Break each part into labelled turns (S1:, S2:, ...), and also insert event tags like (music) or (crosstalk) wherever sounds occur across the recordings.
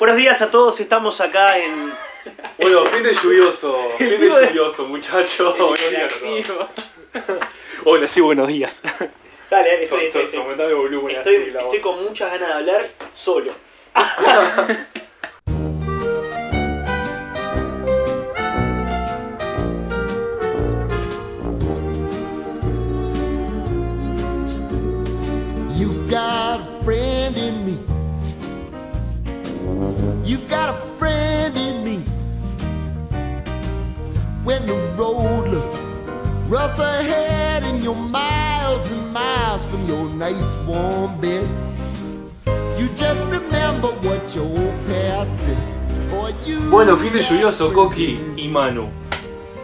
S1: Buenos días a todos, estamos acá en.
S2: Bueno, fin de lluvioso, fin de
S1: tipo de-
S2: lluvioso, muchacho. (laughs) Buenos días a todos.
S1: Interactivo.
S2: Hola, sí, buenos días.
S1: Dale, dale,
S2: So-
S1: sí, sí,
S2: so-
S1: sí.
S2: so- Aumentame el volumen
S1: Estoy,
S2: así, la voz.
S1: estoy con muchas ganas de hablar solo.
S3: You got a friend in me. You got a friend in me. When the road looks rough ahead and you're miles and miles from your nice warm bed, you just remember what your old past said. Boy, you
S2: Bueno, fin de lluvioso, Coqui y Manu.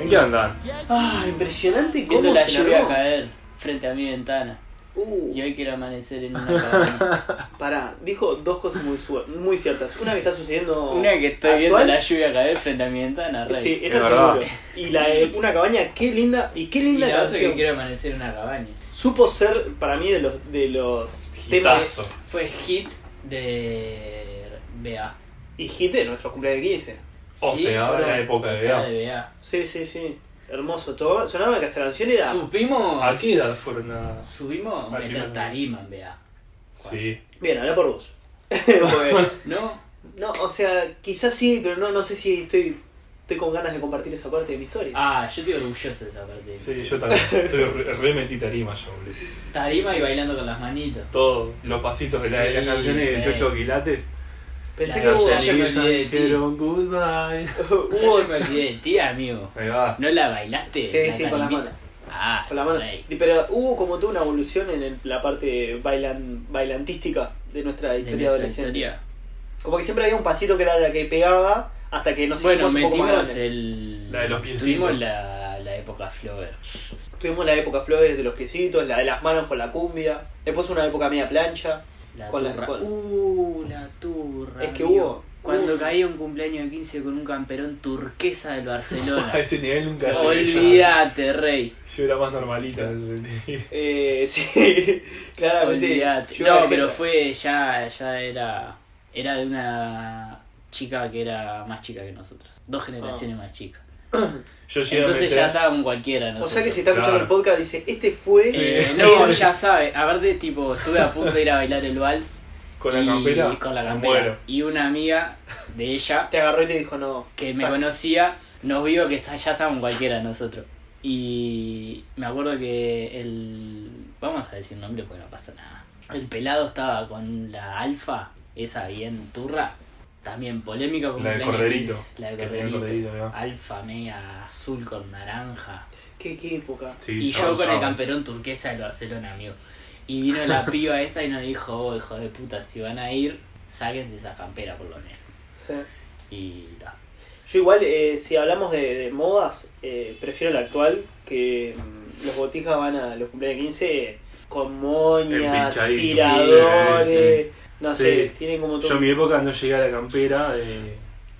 S2: ¿En qué andan?
S1: Ah, impresionante cómo
S4: Viendo la
S1: se
S4: lluvia
S1: largó.
S4: caer frente a mi ventana.
S1: Uh,
S4: Y hoy quiero amanecer
S1: (laughs)
S4: en una cabaña.
S1: pará, dijo dos cosas muy, su- muy ciertas. Una que está sucediendo.
S4: Una que estoy viendo
S1: actual. eh,
S4: la lluvia caer frente a mi ventana, rey.
S1: Sí,
S2: Es
S1: esa
S2: verdad.
S1: seguro. Y la de una cabaña, qué linda. Y qué
S4: y
S1: linda
S4: la otra
S1: canción.
S4: que quiero amanecer en una cabaña.
S1: Supo ser para mí de los, de los
S2: Hitazo.
S1: temas.
S4: Fue hit de BA.
S1: Y hit de nuestro cumpleaños de 15.
S2: O sea, ahora
S1: bueno,
S2: la época
S4: O
S2: de
S4: sea,
S2: edad.
S4: de BA.
S1: Sí, sí, sí. Hermoso. Todo, sonaba que esa canción era.
S4: Supimos.
S2: ¿A qué edad fueron a.?
S4: Subimos
S2: Al final,
S4: meter
S2: ¿no?
S4: tarima en BA.
S2: Sí.
S1: Bien, habla por vos. (laughs)
S4: (laughs)
S1: Porque-
S4: ¿No?
S1: no, o sea, quizás sí, pero no, no sé si estoy, estoy con ganas de compartir esa parte de mi historia.
S4: Ah, yo estoy orgulloso de esa parte.
S2: Sí, yo también. Estoy re, re metí tarima yo, boludo.
S4: Tarima y bailando con las manitas.
S2: Todos los pasitos de, la- de
S4: Sí,
S2: las canciones de
S4: eh.
S2: 18 quilates.
S1: Pensé
S4: la
S1: que
S4: de
S1: hubo,
S4: ya yo me olvidé de ti.
S2: dijeron goodbye.
S4: Ya
S1: (laughs) hubo-
S4: yo me olvidé de ti, amigo.
S2: Ahí va.
S4: ¿No la bailaste?
S1: Sí, sí, con las
S4: tarimita?
S1: manos.
S4: Ah,
S1: con la mano.
S4: rey.
S1: Pero hubo como toda una evolución en el- la parte bailan, bailantística de nuestra
S4: De
S1: historia
S4: nuestra
S1: adolescente.
S4: historia.
S1: Como que siempre había un pasito que era la que pegaba hasta que nos
S4: bueno,
S1: hicimos un poco más
S4: metimos
S1: grandes.
S4: el.
S2: La de los piecitos.
S4: Tuvimos la, la época Flower.
S1: Tuvimos la época flores de los piecitos, la de las manos con la cumbia, después una época media plancha.
S4: La
S1: Con la-
S4: turra.
S1: con-
S4: Uh, la turra.
S1: Es que
S4: amigo.
S1: hubo-
S4: Cuando
S1: hubo-
S4: caía un cumpleaños de 15 con un camperón turquesa del
S2: (laughs)
S4: Barcelona.
S2: A ese nivel nunca llegué. yo.
S4: Olvídate, rey.
S2: Yo era más normalita en ese sentido.
S1: Eh, (laughs) sí, claramente.
S4: Olvídate.
S1: yo
S4: No,
S1: era
S4: pero
S1: jefe.
S4: fue. Ya, ya era. Era de una chica que era más chica que nosotros. Dos
S1: Ah.
S4: generaciones más chicas.
S2: Yo llegué a
S4: Entonces
S2: meter-
S4: ya estábamos cualquiera.
S1: O
S4: Nosotros.
S1: sea que si está escuchando
S2: Claro.
S1: el podcast, dice: Este fue.
S4: Eh,
S2: (laughs)
S4: no, ya sabe. Aparte, tipo, estuve a punto de ir a bailar el vals.
S2: Con la
S4: y-
S2: campera.
S4: con la
S2: me
S4: campera.
S2: muero.
S4: Y una amiga de ella
S1: Te agarró y te dijo: No.
S4: que me
S1: Ta-
S4: conocía nos vio que está, ya estábamos cualquiera nosotros. Y me acuerdo que el. Vamos a decir nombre porque no pasa nada. El pelado estaba con la alfa, esa bien turra. También polémica como
S2: La de
S4: Planet
S2: Corderito,
S4: Kiss, La de
S2: que tenía el
S4: corderito.
S2: Corderito, ¿no?
S4: alfa media azul con naranja.
S1: ¿Qué, qué época?
S2: Sí,
S4: Y
S2: ya
S4: yo con
S2: usaba
S4: el
S2: eso.
S4: camperón turquesa del Barcelona, amigo. Y vino
S2: (laughs)
S4: la piba esta y nos dijo, oh, hijo de puta, si van a ir, sáquense esa campera por lo menos.
S1: Sí.
S4: Y ta.
S1: Yo, igual, eh, si hablamos de, de modas, eh, prefiero la actual. Que mm, los botijas van a los cumpleaños de 15 con moñas,
S2: Empinchadísimos.
S1: tiradores.
S2: Sí,
S1: No
S2: Sí.
S1: sé, tienen como todo.
S2: Yo en mi época no llegué a la campera de,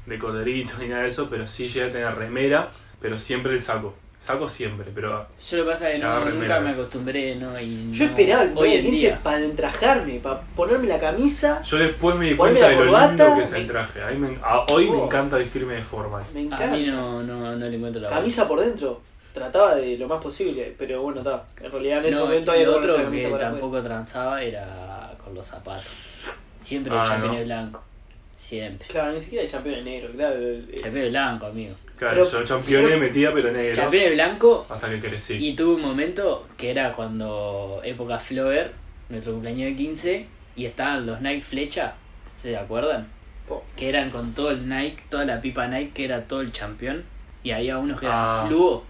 S2: de corderito ni nada de eso, pero sí llegué a tener remera, pero siempre el saco. Saco siempre, pero
S4: Yo lo que pasa es que
S2: Ya,
S4: no, nunca
S2: remeras.
S4: me acostumbré, ¿no? Y
S1: Yo
S4: no-
S1: esperaba el
S4: hoy
S1: cumpleaños
S4: en
S1: de 15
S4: día.
S1: para entrajarme, para ponerme la camisa.
S2: yo después me di
S1: Poneme
S2: cuenta
S1: la
S2: de lo
S1: corbata,
S2: lindo que es
S1: me-
S2: el traje. A mí me- a- hoy me
S1: Oh.
S2: encanta vestirme de formal.
S1: Me
S4: A
S1: encanta.
S4: mí no, no, no le encuentro la
S1: Camisa por dentro. Trataba de lo más posible, pero bueno, está. En realidad en
S4: vuelta.
S1: ese
S4: No,
S1: momento
S4: y
S1: había
S4: lo
S1: que ponerse la
S4: otro que
S1: camisa para afuera.
S4: tampoco transaba era con los zapatos. Siempre
S2: Ah,
S4: el championes
S2: ¿no? Ah,
S4: blanco. Siempre.
S1: Claro, ni siquiera el campeón en negro, claro. el- el-
S4: Championes blanco, amigo.
S2: Claro,
S1: Pero-
S2: yo championes metía pero negros
S4: Championes blanco
S2: hasta que crecí.
S4: Y tuve un momento que era cuando época Flower, nuestro cumpleaños de 15, y estaban los Nike Flecha, ¿se acuerdan?
S1: po.
S4: Que eran con todo el Nike, toda la pipa Nike, que era todo el campeón, y había unos que eran
S2: Ah.
S4: fluo,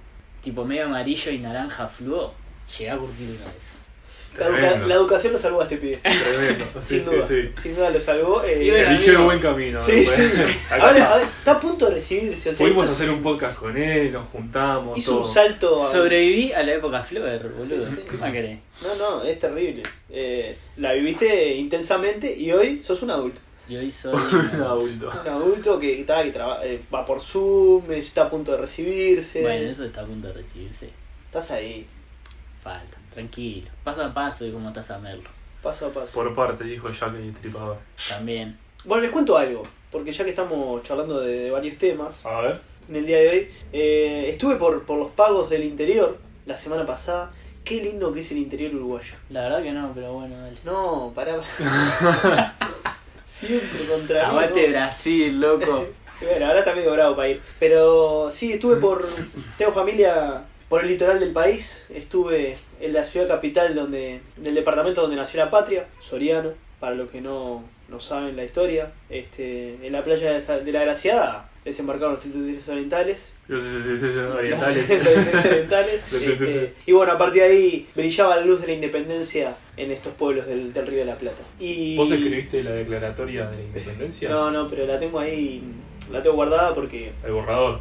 S4: tipo medio amarillo y naranja fluo. Llegué a curtir uno de esos.
S1: La, educa-
S2: Tremendo.
S1: la educación lo salvó a este pibe.
S2: Tremendo.
S1: (laughs)
S2: Sí,
S1: sin
S2: sí,
S1: duda.
S2: sí.
S1: Sin duda lo salvó. eh,
S4: Y bueno,
S2: Eligió el
S4: amigo.
S2: buen camino.
S1: sí,
S2: ¿no?
S1: sí.
S2: Acá
S1: Ahora, a ver, está a punto de recibirse. O sea,
S2: Pudimos
S1: esto
S2: hacer un podcast con él, nos juntamos,
S1: hizo
S2: todo.
S1: un salto. a-
S4: Sobreviví a la época Flower, boludo.
S1: Oh, Sí, sí.
S4: ¿Qué más querés?
S1: No, no, es terrible. Eh, la viviste intensamente y hoy sos un adulto.
S4: Yo
S1: (laughs)
S4: hoy soy. (coughs)
S2: un adulto.
S1: Un adulto que, está, que traba- eh, va por Zoom, está a punto de recibirse.
S4: Bueno, eso está a punto de recibirse.
S1: Estás ahí,
S4: Falta, tranquilo. Paso a paso y como estás a Merlo.
S1: paso a paso.
S2: Por parte, dijo Jack el Destripador.
S4: También.
S1: Bueno, les cuento algo, porque ya que estamos charlando de, de varios temas,
S2: A ver.
S1: en el día de hoy, eh, estuve por, por los pagos del interior la semana pasada. Qué lindo que es el interior uruguayo.
S4: La verdad que no, pero bueno, dale.
S1: No, pará. Siempre contra mí.
S4: Aguante
S1: ¿no?
S4: Brasil, loco.
S1: Y Bueno, ahora está medio bravo para ir. Pero sí, estuve por. Tengo familia por el litoral del país. Estuve en la ciudad capital donde del departamento donde nació la patria, Soriano, para los que no, no saben la historia. Este, en la playa de, Sa- de la Graciada desembarcaron los titulares orientales.
S2: Los
S4: (laughs)
S1: Los
S2: orientales.
S1: titulares
S2: (laughs)
S1: orientales. Este, y bueno, a partir de ahí brillaba la luz de la independencia en estos pueblos del, del Río de la Plata. Y...
S2: (laughs) ¿Vos escribiste la declaratoria de independencia?
S1: No, no, pero la tengo ahí. La tengo guardada porque
S2: El borrador.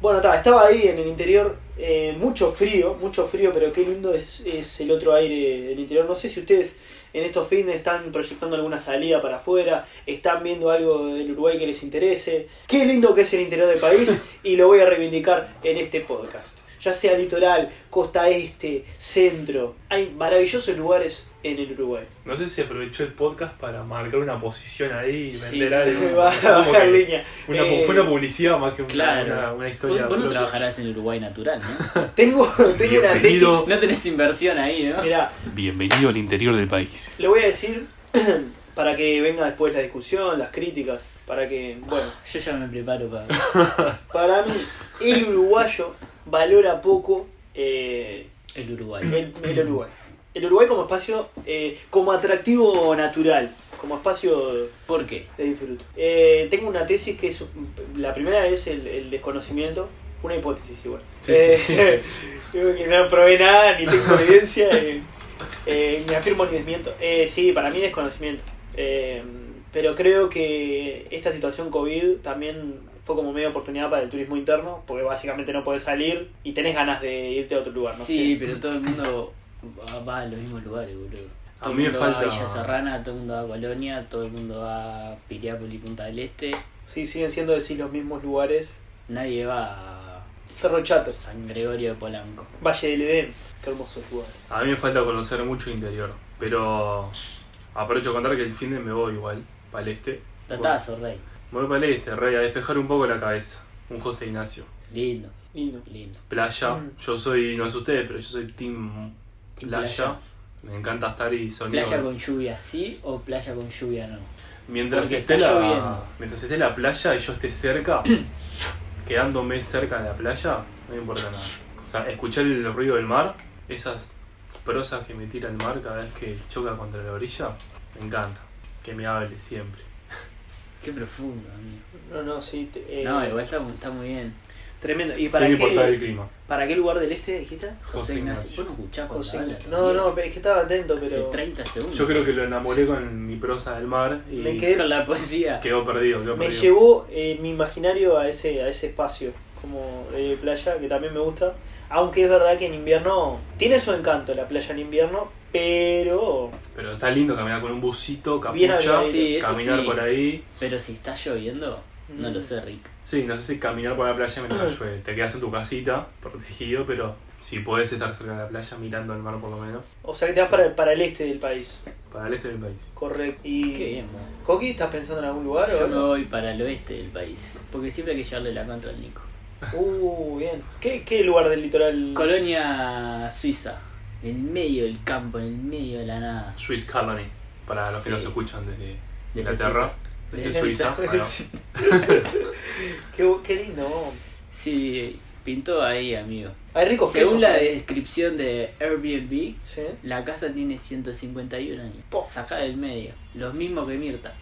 S1: Bueno, ta, estaba ahí en el interior, eh, mucho frío, mucho frío, pero qué lindo es, es el otro aire del interior. No sé si ustedes en estos fines están proyectando alguna salida para afuera, están viendo algo del Uruguay que les interese. Qué lindo que es el interior del país y lo voy a reivindicar en este podcast. Ya sea litoral, costa este, centro, hay maravillosos lugares en el Uruguay.
S2: No sé si aprovechó el podcast para marcar una posición ahí y
S4: Sí.
S2: vender
S4: (laughs)
S2: algo.
S1: Va a
S2: Como
S1: bajar
S2: que
S1: línea.
S2: una-
S1: Eh,
S2: fue una publicidad más que una,
S4: claro.
S2: una, una historia.
S4: Vos, vos no
S2: Pero-
S4: trabajarás en el Uruguay natural, ¿no?
S1: Tengo, tengo una tesis.
S2: Bienvenido.
S4: (laughs) No tenés inversión ahí, ¿no?
S1: Mirá,
S2: Bienvenido al interior del país.
S1: Lo voy a decir (clears throat) para que venga después la discusión, las críticas, para que, bueno,
S4: Yo ya me preparo para.
S1: para mí el uruguayo valora poco eh,
S4: El Uruguay.
S1: el, el Uruguay. El Uruguay como espacio, eh, como atractivo natural, como espacio
S4: ¿Por qué?
S1: de disfrute. Eh, tengo una tesis que es, la primera es el, el desconocimiento, una hipótesis igual.
S2: Sí,
S1: Eh,
S2: sí.
S1: (laughs) Digo que no probé nada, ni
S2: (laughs)
S1: tengo evidencia, eh, eh, ni afirmo ni desmiento. Eh, sí, para mí desconocimiento. Eh, pero creo que esta situación COVID también fue como media oportunidad para el turismo interno, porque básicamente no podés salir y tenés ganas de irte a otro lugar, ¿no?
S4: sí,
S1: sé.
S4: pero todo el mundo va- va a los mismos lugares, boludo.
S2: A
S4: Todo el
S2: mí me
S4: mundo va
S2: falta-
S4: a Villa Serrana, todo el mundo va a Colonia, todo el mundo va a Piriápolis, Punta del Este.
S1: Sí, siguen siendo de sí los mismos lugares.
S4: Nadie va a
S1: Cerro Chato,
S4: San Gregorio de Polanco.
S1: Valle del Edén, qué hermosos lugares.
S2: A mí me falta conocer mucho interior. Pero aprovecho a contar que el fin de me voy igual, para el este.
S4: Tatazo, rey.
S2: Me voy para el este, rey, a despejar un poco la cabeza. Un José Ignacio.
S4: Lindo,
S1: Lindo.
S4: lindo.
S2: Playa.
S1: Mm.
S2: Yo soy, no sé ustedes, pero yo soy team,
S4: Team
S2: playa.
S4: playa.
S2: Me encanta estar y sonido.
S4: ¿Playa con lluvia sí o playa con lluvia no?
S2: Mientras
S4: Porque
S2: esté,
S4: está
S2: la,
S4: lloviendo.
S2: mientras esté la playa y yo esté cerca, (clears throat) quedándome cerca de la playa, no me importa nada. O sea, escuchar el ruido del mar, esas prosas que me tira el mar cada vez que choca contra la orilla, me encanta. Que me hable siempre.
S4: Qué profundo, amigo.
S1: No, no, sí. te- eh,
S4: No, igual está, está muy bien.
S1: Tremendo. ¿Y para
S2: Sin importar el
S1: qué,
S2: clima.
S1: para qué lugar del este dijiste?
S2: José Ignacio.
S4: Vos no escuchás cuando
S1: José.
S4: habla
S1: No,
S4: también.
S1: no, es que estaba atento,
S4: Hace
S1: pero.
S4: 30 segundos.
S2: Yo creo que lo enamoré con mi prosa del mar y
S1: Me quedé-
S4: Con la poesía.
S2: quedó perdido. Quedó
S1: Me
S2: perdido.
S1: llevó eh, mi imaginario a ese, a ese espacio, como eh, playa, que también me gusta. Aunque es verdad que en invierno tiene su encanto la playa en invierno, pero
S2: Pero está lindo caminar con un busito,
S1: Bien
S2: capucha,
S1: abrigadito.
S4: Sí, eso
S2: caminar
S4: sí.
S2: por ahí.
S4: Pero si está lloviendo, no lo sé, Rick.
S2: Sí, no sé si caminar por la playa
S4: (clears throat)
S2: mientras llueve. Te quedas en tu casita, protegido, pero si podés estar cerca de la playa mirando al mar por lo menos,
S1: o sea que te vas para, para el este del país,
S2: para el este del país.
S1: correcto. Y
S4: Qué bien, vos.
S1: Coqui, ¿estás pensando en algún lugar o
S4: Yo me
S1: algo?
S4: voy para el oeste del país. Porque siempre hay que llevarle la contra al Nico.
S1: Uh, bien. ¿Qué, qué lugar del litoral?
S4: Colonia Suiza. En el medio del campo, en el medio de la nada.
S2: Swiss Colony, para los que
S4: Sí.
S2: nos escuchan desde
S4: Desde
S2: Inglaterra,
S4: Suiza.
S2: desde
S4: Desde
S2: Suiza.
S1: (laughs) Suiza.
S4: (laughs)
S2: bueno.
S1: Sí. Qué, qué lindo.
S4: Sí, pintó ahí, amigo.
S1: Hay ricos quesos.
S4: Según la descripción de Airbnb, (laughs)
S1: Sí.
S4: la casa tiene 151 años.
S1: Po.
S4: Sacá del medio. Los mismos que Mirta.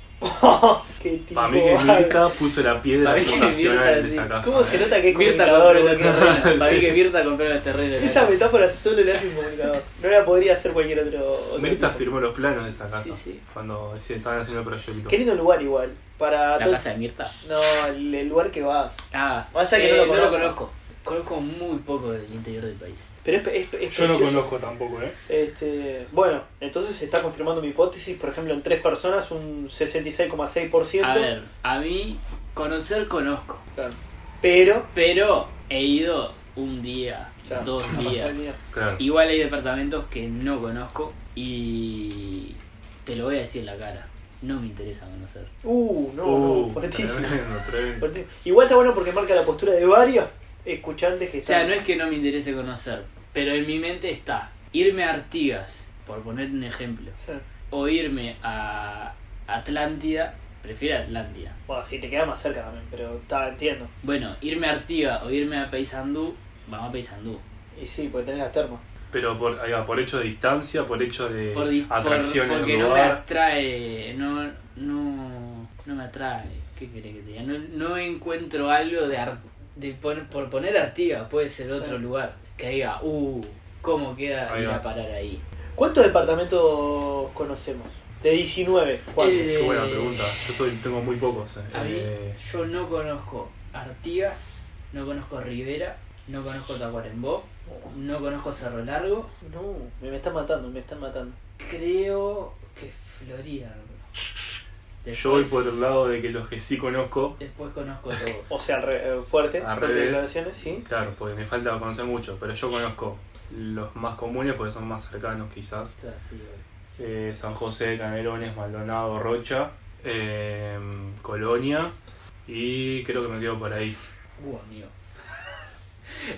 S1: qué tipo.
S2: Para mí que
S4: (laughs)
S2: Mirka puso la piedra
S4: Para mí que
S2: fundacional
S4: Mirta,
S2: de esa
S4: sí.
S1: (laughs)
S2: casa.
S1: ¿Cómo se
S2: eh?
S1: nota que es
S4: Mirta
S1: comunicador?
S4: compró los
S1: boludo?
S4: terrenos. Para
S2: Sí.
S4: mí que Mirta compró los terrenos. de la
S1: Esa
S4: casa.
S1: metáfora solo le hace un comunicador. No la podría hacer cualquier otro. otro
S2: Mirta
S1: tipo.
S2: firmó los planos de esa casa
S4: Sí, sí.
S2: cuando se estaban haciendo el proyecto.
S1: Qué lindo lugar igual. Para
S4: La
S1: todo-
S4: casa de Mirta.
S1: No, el, el lugar que vas.
S4: Ah,
S1: Más allá que no lo conozco.
S4: conozco. Conozco muy poco del interior del país.
S1: Pero es, es- es
S2: Yo no
S1: precioso.
S2: conozco tampoco, ¿eh?
S1: Este, bueno, entonces se está confirmando mi hipótesis. Por ejemplo, en tres personas un 66,6%.
S4: A ver, a mí conocer conozco,
S1: Claro. Pero.
S4: pero he ido un día,
S1: claro, a
S4: dos
S1: pasar
S4: días.
S1: el día.
S2: Claro.
S4: Igual hay departamentos que no conozco y te lo voy a decir en la cara. no me interesa conocer.
S1: Uh, no,
S2: Uh,
S1: no, fuertísimo.
S2: tremendo, tremendo.
S1: fuertísimo. Igual está bueno porque marca la postura de varios escuchantes que
S4: O sea,
S1: están.
S4: no es que no me interese conocer, pero en mi mente está irme a Artigas, por poner un ejemplo,
S1: O sea,
S4: o irme a Atlántida, prefiero Atlántida.
S1: bueno, sí, te queda más cerca también, pero está, entiendo.
S4: Bueno, irme a Artigas o irme a Paysandú, vamos a Paysandú.
S1: Y sí, porque tenés las termas.
S2: Pero por, ahí va, por hecho de distancia, por hecho de
S4: Por, dis- por-
S2: atracción en
S4: porque
S2: el
S4: no me
S2: Eh, lugar.
S4: atrae, no, no, no me atrae. ¿Qué querés que te diga? No, no encuentro algo de, ar- de pon- por poner Artigas, puede ser otro
S1: Sí.
S4: lugar que diga, uh, cómo queda
S2: Ahí
S4: ir
S2: va.
S4: a parar ahí.
S1: ¿Cuántos departamentos conocemos? De 19. ¿Cuántos?
S4: Eh,
S2: Qué buena pregunta. Yo estoy- tengo muy pocos. eh.
S4: A mí,
S2: Eh,
S4: yo no conozco Artigas, no conozco Rivera, no conozco Tacuarembó, no conozco Cerro Largo,
S1: No, me, me están matando, me están matando.
S4: creo que Florida. no conozco.
S2: yo voy por el lado Oh. de que los que sí conozco,
S4: Después conozco
S1: O
S4: todos.
S1: sea, al re- eh, fuerte,
S2: Al
S1: fuerte
S2: revés.
S1: declaraciones, sí.
S2: claro, porque me falta conocer mucho, pero yo conozco los más comunes porque son más cercanos quizás.
S4: O sea, sí, voy.
S2: Eh, San José, Canelones, Maldonado, Rocha, eh, Colonia y creo que me quedo por ahí.
S4: Uh, amigo. (laughs)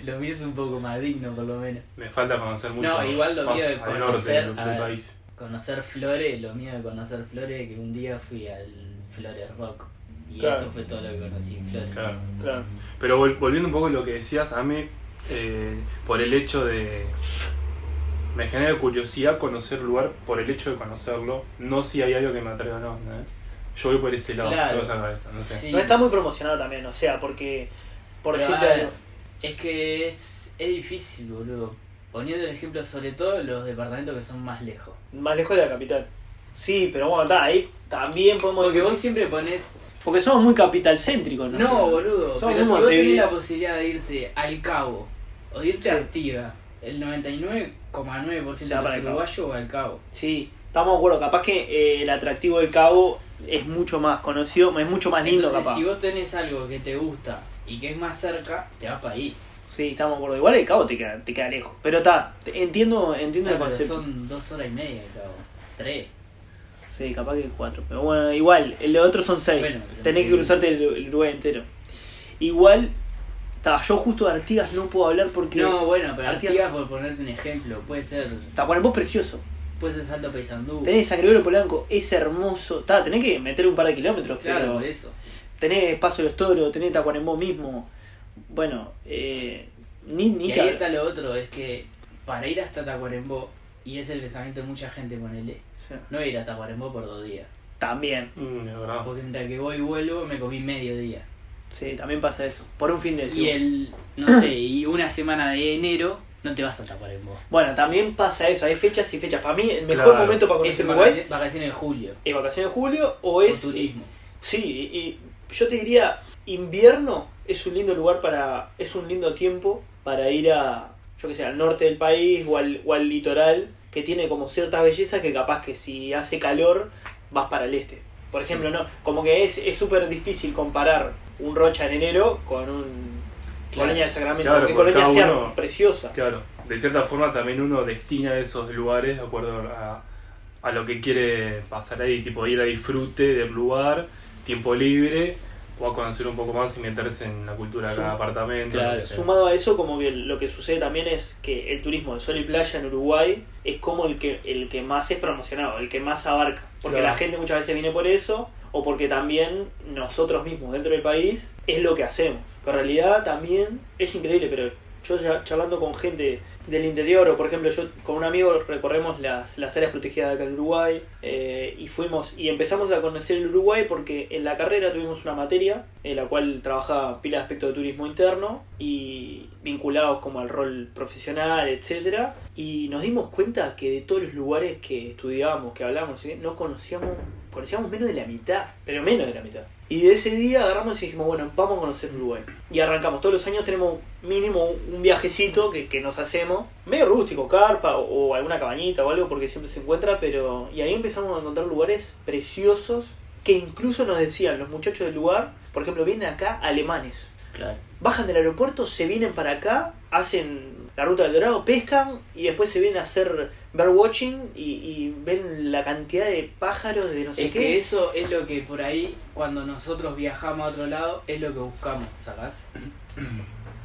S4: lo mío es un poco más digno, por lo menos.
S2: Me falta conocer mucho.
S4: No, igual lo
S2: más
S4: mío es
S2: al norte
S4: conocer,
S2: del-
S4: a
S2: del
S4: ver.
S2: país.
S4: Conocer Flores, lo mío de conocer Flores, es que un día fui al Flores Rock. Y
S1: Claro.
S4: eso fue todo lo que conocí, en Flores.
S2: Claro.
S1: Claro.
S2: Pero vol- volviendo un poco a lo que decías, a mí, eh, por el hecho de... Me genera curiosidad conocer el lugar por el hecho de conocerlo, no si hay algo que me atreva o no. ¿no? Yo voy por ese lado,
S4: Claro.
S2: por esa cabeza, no sé.
S4: Sí.
S1: No está muy promocionado también, o sea, porque. Por
S4: Pero,
S1: decirte
S4: a ver,
S1: algo.
S4: Es que es, es difícil, boludo. Poniendo el ejemplo, sobre todo los departamentos que son más lejos.
S1: Más lejos de la capital. Sí, pero bueno, está ahí. También podemos.
S4: Porque vos siempre pones.
S1: Porque somos muy capital céntricos, ¿no?
S4: No, boludo.
S1: Somos
S4: Pero si
S1: muy
S4: vos tenés
S1: Montevideo.
S4: la posibilidad de irte al cabo o de irte
S1: Sí.
S4: a Artiga, el 99,9%
S1: Se va
S4: de
S1: para
S4: los
S1: el Cabo.
S4: uruguayos va al cabo.
S1: Sí, estamos de acuerdo. Capaz que eh, el atractivo del cabo es mucho más conocido, es mucho más lindo,
S4: Entonces,
S1: capaz.
S4: si vos tenés algo que te gusta y que es más cerca, te vas para ahí.
S1: Sí, estamos de acuerdo. Igual el cabo te queda, te queda lejos. Pero está, te- entiendo, entiendo el
S4: Ah, pero
S1: concepto.
S4: son dos horas y media al cabo. Tres.
S1: Sí, capaz que cuatro. Pero bueno, igual, los otros son seis.
S4: Bueno, pero-
S1: Tenés que cruzarte el, el Uruguay entero. Igual, ta, yo justo de Artigas no puedo hablar porque.
S4: No, bueno, pero
S1: Artigas-
S4: Artigas, por ponerte un ejemplo, puede ser.
S1: Tacuarembó es precioso.
S4: Puede ser Salto Paysandú.
S1: Tenés San Gregorio Polanco, es hermoso. Ta, tenés que meter un par de kilómetros,
S4: Claro, por
S1: pero
S4: eso.
S1: tenés Paso de los Toros, tenés Tacuarembó mismo. Bueno, eh, ni, ni
S4: Y
S1: que
S4: ahí
S1: hablar.
S4: está lo otro, es que para ir hasta Tacuarembó, y es el pensamiento de mucha gente, ponele,
S1: Sí.
S4: no ir a Tacuarembó por dos días.
S1: También,
S2: Mm, es verdad.
S4: Porque mientras que voy y vuelvo, me comí medio día.
S1: sí, también pasa eso. Por un fin de
S4: Y
S1: semana.
S4: el, no sé, y una semana de enero, no te vas a Tacuarembó.
S1: Bueno, también pasa eso. Hay fechas y fechas. Para mí, el mejor
S2: Claro.
S1: momento para
S4: Es
S1: conocer Uruguay
S4: vacaciones, vacaciones de julio,
S1: es vacaciones de julio o
S4: es
S1: es.
S4: turismo.
S1: Sí, y, y yo te diría, invierno es un lindo lugar para, es un lindo tiempo para ir a, yo que sé, al norte del país o al, o al litoral, que tiene como ciertas bellezas que capaz que si hace calor vas para el este. Por ejemplo, no, como que es es súper difícil comparar un Rocha en enero con un
S4: Claro.
S1: Colonia del Sacramento,
S2: Claro,
S1: porque
S2: porque
S1: Colonia
S2: cada
S1: sea
S2: uno-
S1: preciosa.
S2: Claro, de cierta forma también uno destina esos lugares de acuerdo a, a lo que quiere pasar ahí, tipo ir a disfrute del lugar, tiempo libre, o a conocer un poco más y meterse en la cultura de
S1: Sum-
S2: cada apartamento.
S4: Claro,
S2: lo que sea.
S1: Sumado a eso, como que lo que sucede también es que el turismo de sol y playa en Uruguay es como el que, el que más es promocionado, el que más abarca. Porque
S2: Claro.
S1: la gente muchas veces viene por eso, o porque también nosotros mismos dentro del país es lo que hacemos. Pero en realidad también es increíble, pero yo ya charlando con gente del interior, o por ejemplo yo con un amigo recorremos las, las áreas protegidas de acá en Uruguay, eh, y fuimos y empezamos a conocer el Uruguay porque en la carrera tuvimos una materia en la cual trabaja pila de aspectos de turismo interno y vinculados como al rol profesional, etcétera Y nos dimos cuenta que de todos los lugares que estudiábamos, que hablábamos, ¿sí? no conocíamos, conocíamos menos de la mitad, pero menos de la mitad. Y de ese día agarramos y dijimos, bueno, vamos a conocer Uruguay. Y arrancamos, todos los años tenemos mínimo un viajecito que, que nos hacemos, medio rústico, carpa o, o alguna cabañita o algo porque siempre se encuentra, pero... Y ahí empezamos a encontrar lugares preciosos que incluso nos decían los muchachos del lugar, por ejemplo, vienen acá alemanes.
S4: Claro.
S1: Bajan del aeropuerto, se vienen para acá hacen la ruta del dorado, pescan y después se vienen a hacer bird watching y, y ven la cantidad de pájaros de no sé
S5: Es
S1: qué.
S5: que eso es lo que por ahí, cuando nosotros viajamos a otro lado, es lo que buscamos,
S1: (clears throat)
S5: ¿sacás?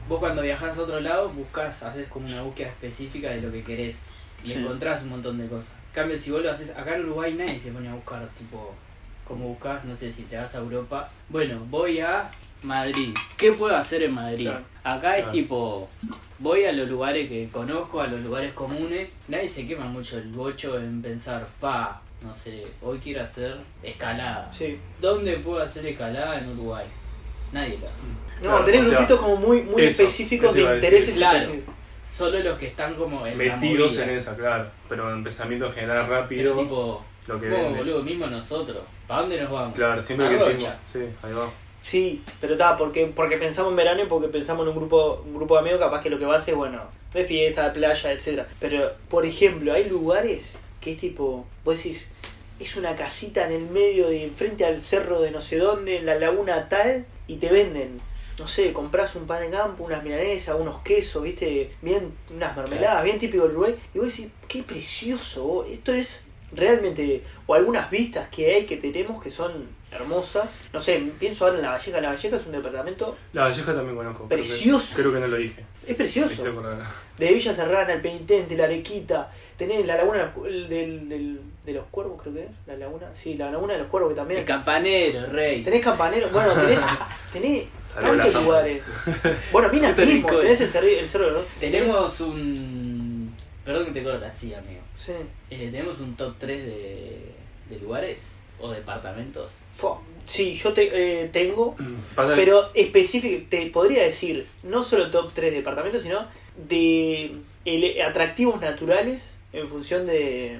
S5: Vos cuando viajás a otro lado, buscas, haces como una búsqueda específica de lo que querés. Y
S1: Sí.
S5: encontrás un montón de cosas. En cambio, si vos lo haces acá en Uruguay, nadie se pone a buscar, tipo, como buscas, no sé si te vas a Europa. Bueno, voy a.
S4: Madrid. ¿Qué puedo hacer en Madrid?
S2: Claro.
S4: Acá es
S2: Claro.
S4: tipo, voy a los lugares que conozco,
S5: a los lugares comunes. Nadie se quema mucho el bocho en pensar, pa, no sé, hoy quiero hacer escalada.
S1: Sí.
S5: ¿Dónde puedo hacer escalada en Uruguay? Nadie lo hace.
S1: No,
S2: Claro,
S1: tenés
S2: o sea,
S1: grupitos como muy, muy
S2: eso,
S1: específicos
S2: eso
S1: de
S2: iba a decir.
S1: intereses
S5: Claro.
S1: específicos.
S5: Solo los que están como en la
S2: Metidos
S5: movida.
S2: en esa, claro. Pero en pensamiento general
S5: Pero
S2: rápido,
S5: tipo,
S2: lo que
S5: no,
S2: vende.
S5: boludo, mismo nosotros. ¿Para dónde nos vamos?
S2: Claro, siempre que
S5: Arrocha.
S2: decimos. Sí, ahí va.
S1: Sí, pero está, porque, porque pensamos en verano y porque pensamos en un grupo, un grupo de amigos, capaz que lo que va a hacer es, bueno, de fiesta, de playa, etcétera. Pero, por ejemplo, hay lugares que es tipo, vos decís, es una casita en el medio de, frente al cerro de no sé dónde, en la laguna tal, y te venden. No sé, compras un pan de campo, unas milanesas, unos quesos, viste, bien, unas mermeladas, bien típico del Uruguay. Y vos decís, qué precioso, vos. esto es realmente, o algunas vistas que hay que tenemos que son hermosas. No sé, pienso ahora en La Valleja, La Valleja es un departamento,
S2: La Valleja también conozco. creo que-
S1: Precioso.
S2: Creo que, no lo dije.
S1: es
S2: Me hice
S1: precioso.
S2: acordar.
S1: De Villa Serrana, El Penitente, La Arequita, tenés la laguna de los cu- del- del- de los cuervos, creo que es, la laguna, sí, la laguna de los cuervos que también...
S4: el campanero, rey.
S1: Tenés campanero, bueno, tenés, tenés
S2: Salió
S1: tantos
S2: la sombra.
S1: lugares. Bueno, Minas
S4: Puto
S1: mismo,
S4: rincón.
S1: tenés el, cerri- el cerro, ¿no?
S5: Tenemos un. Perdón que te corta así, amigo.
S1: Sí.
S5: Eh, tenemos un top 3 de, de lugares o departamentos.
S1: Fua. Sí, yo te, eh, tengo,
S2: Mm. Pasa que-
S1: pero específico, te podría decir, no solo top 3 departamentos, sino de ele- atractivos naturales en función de,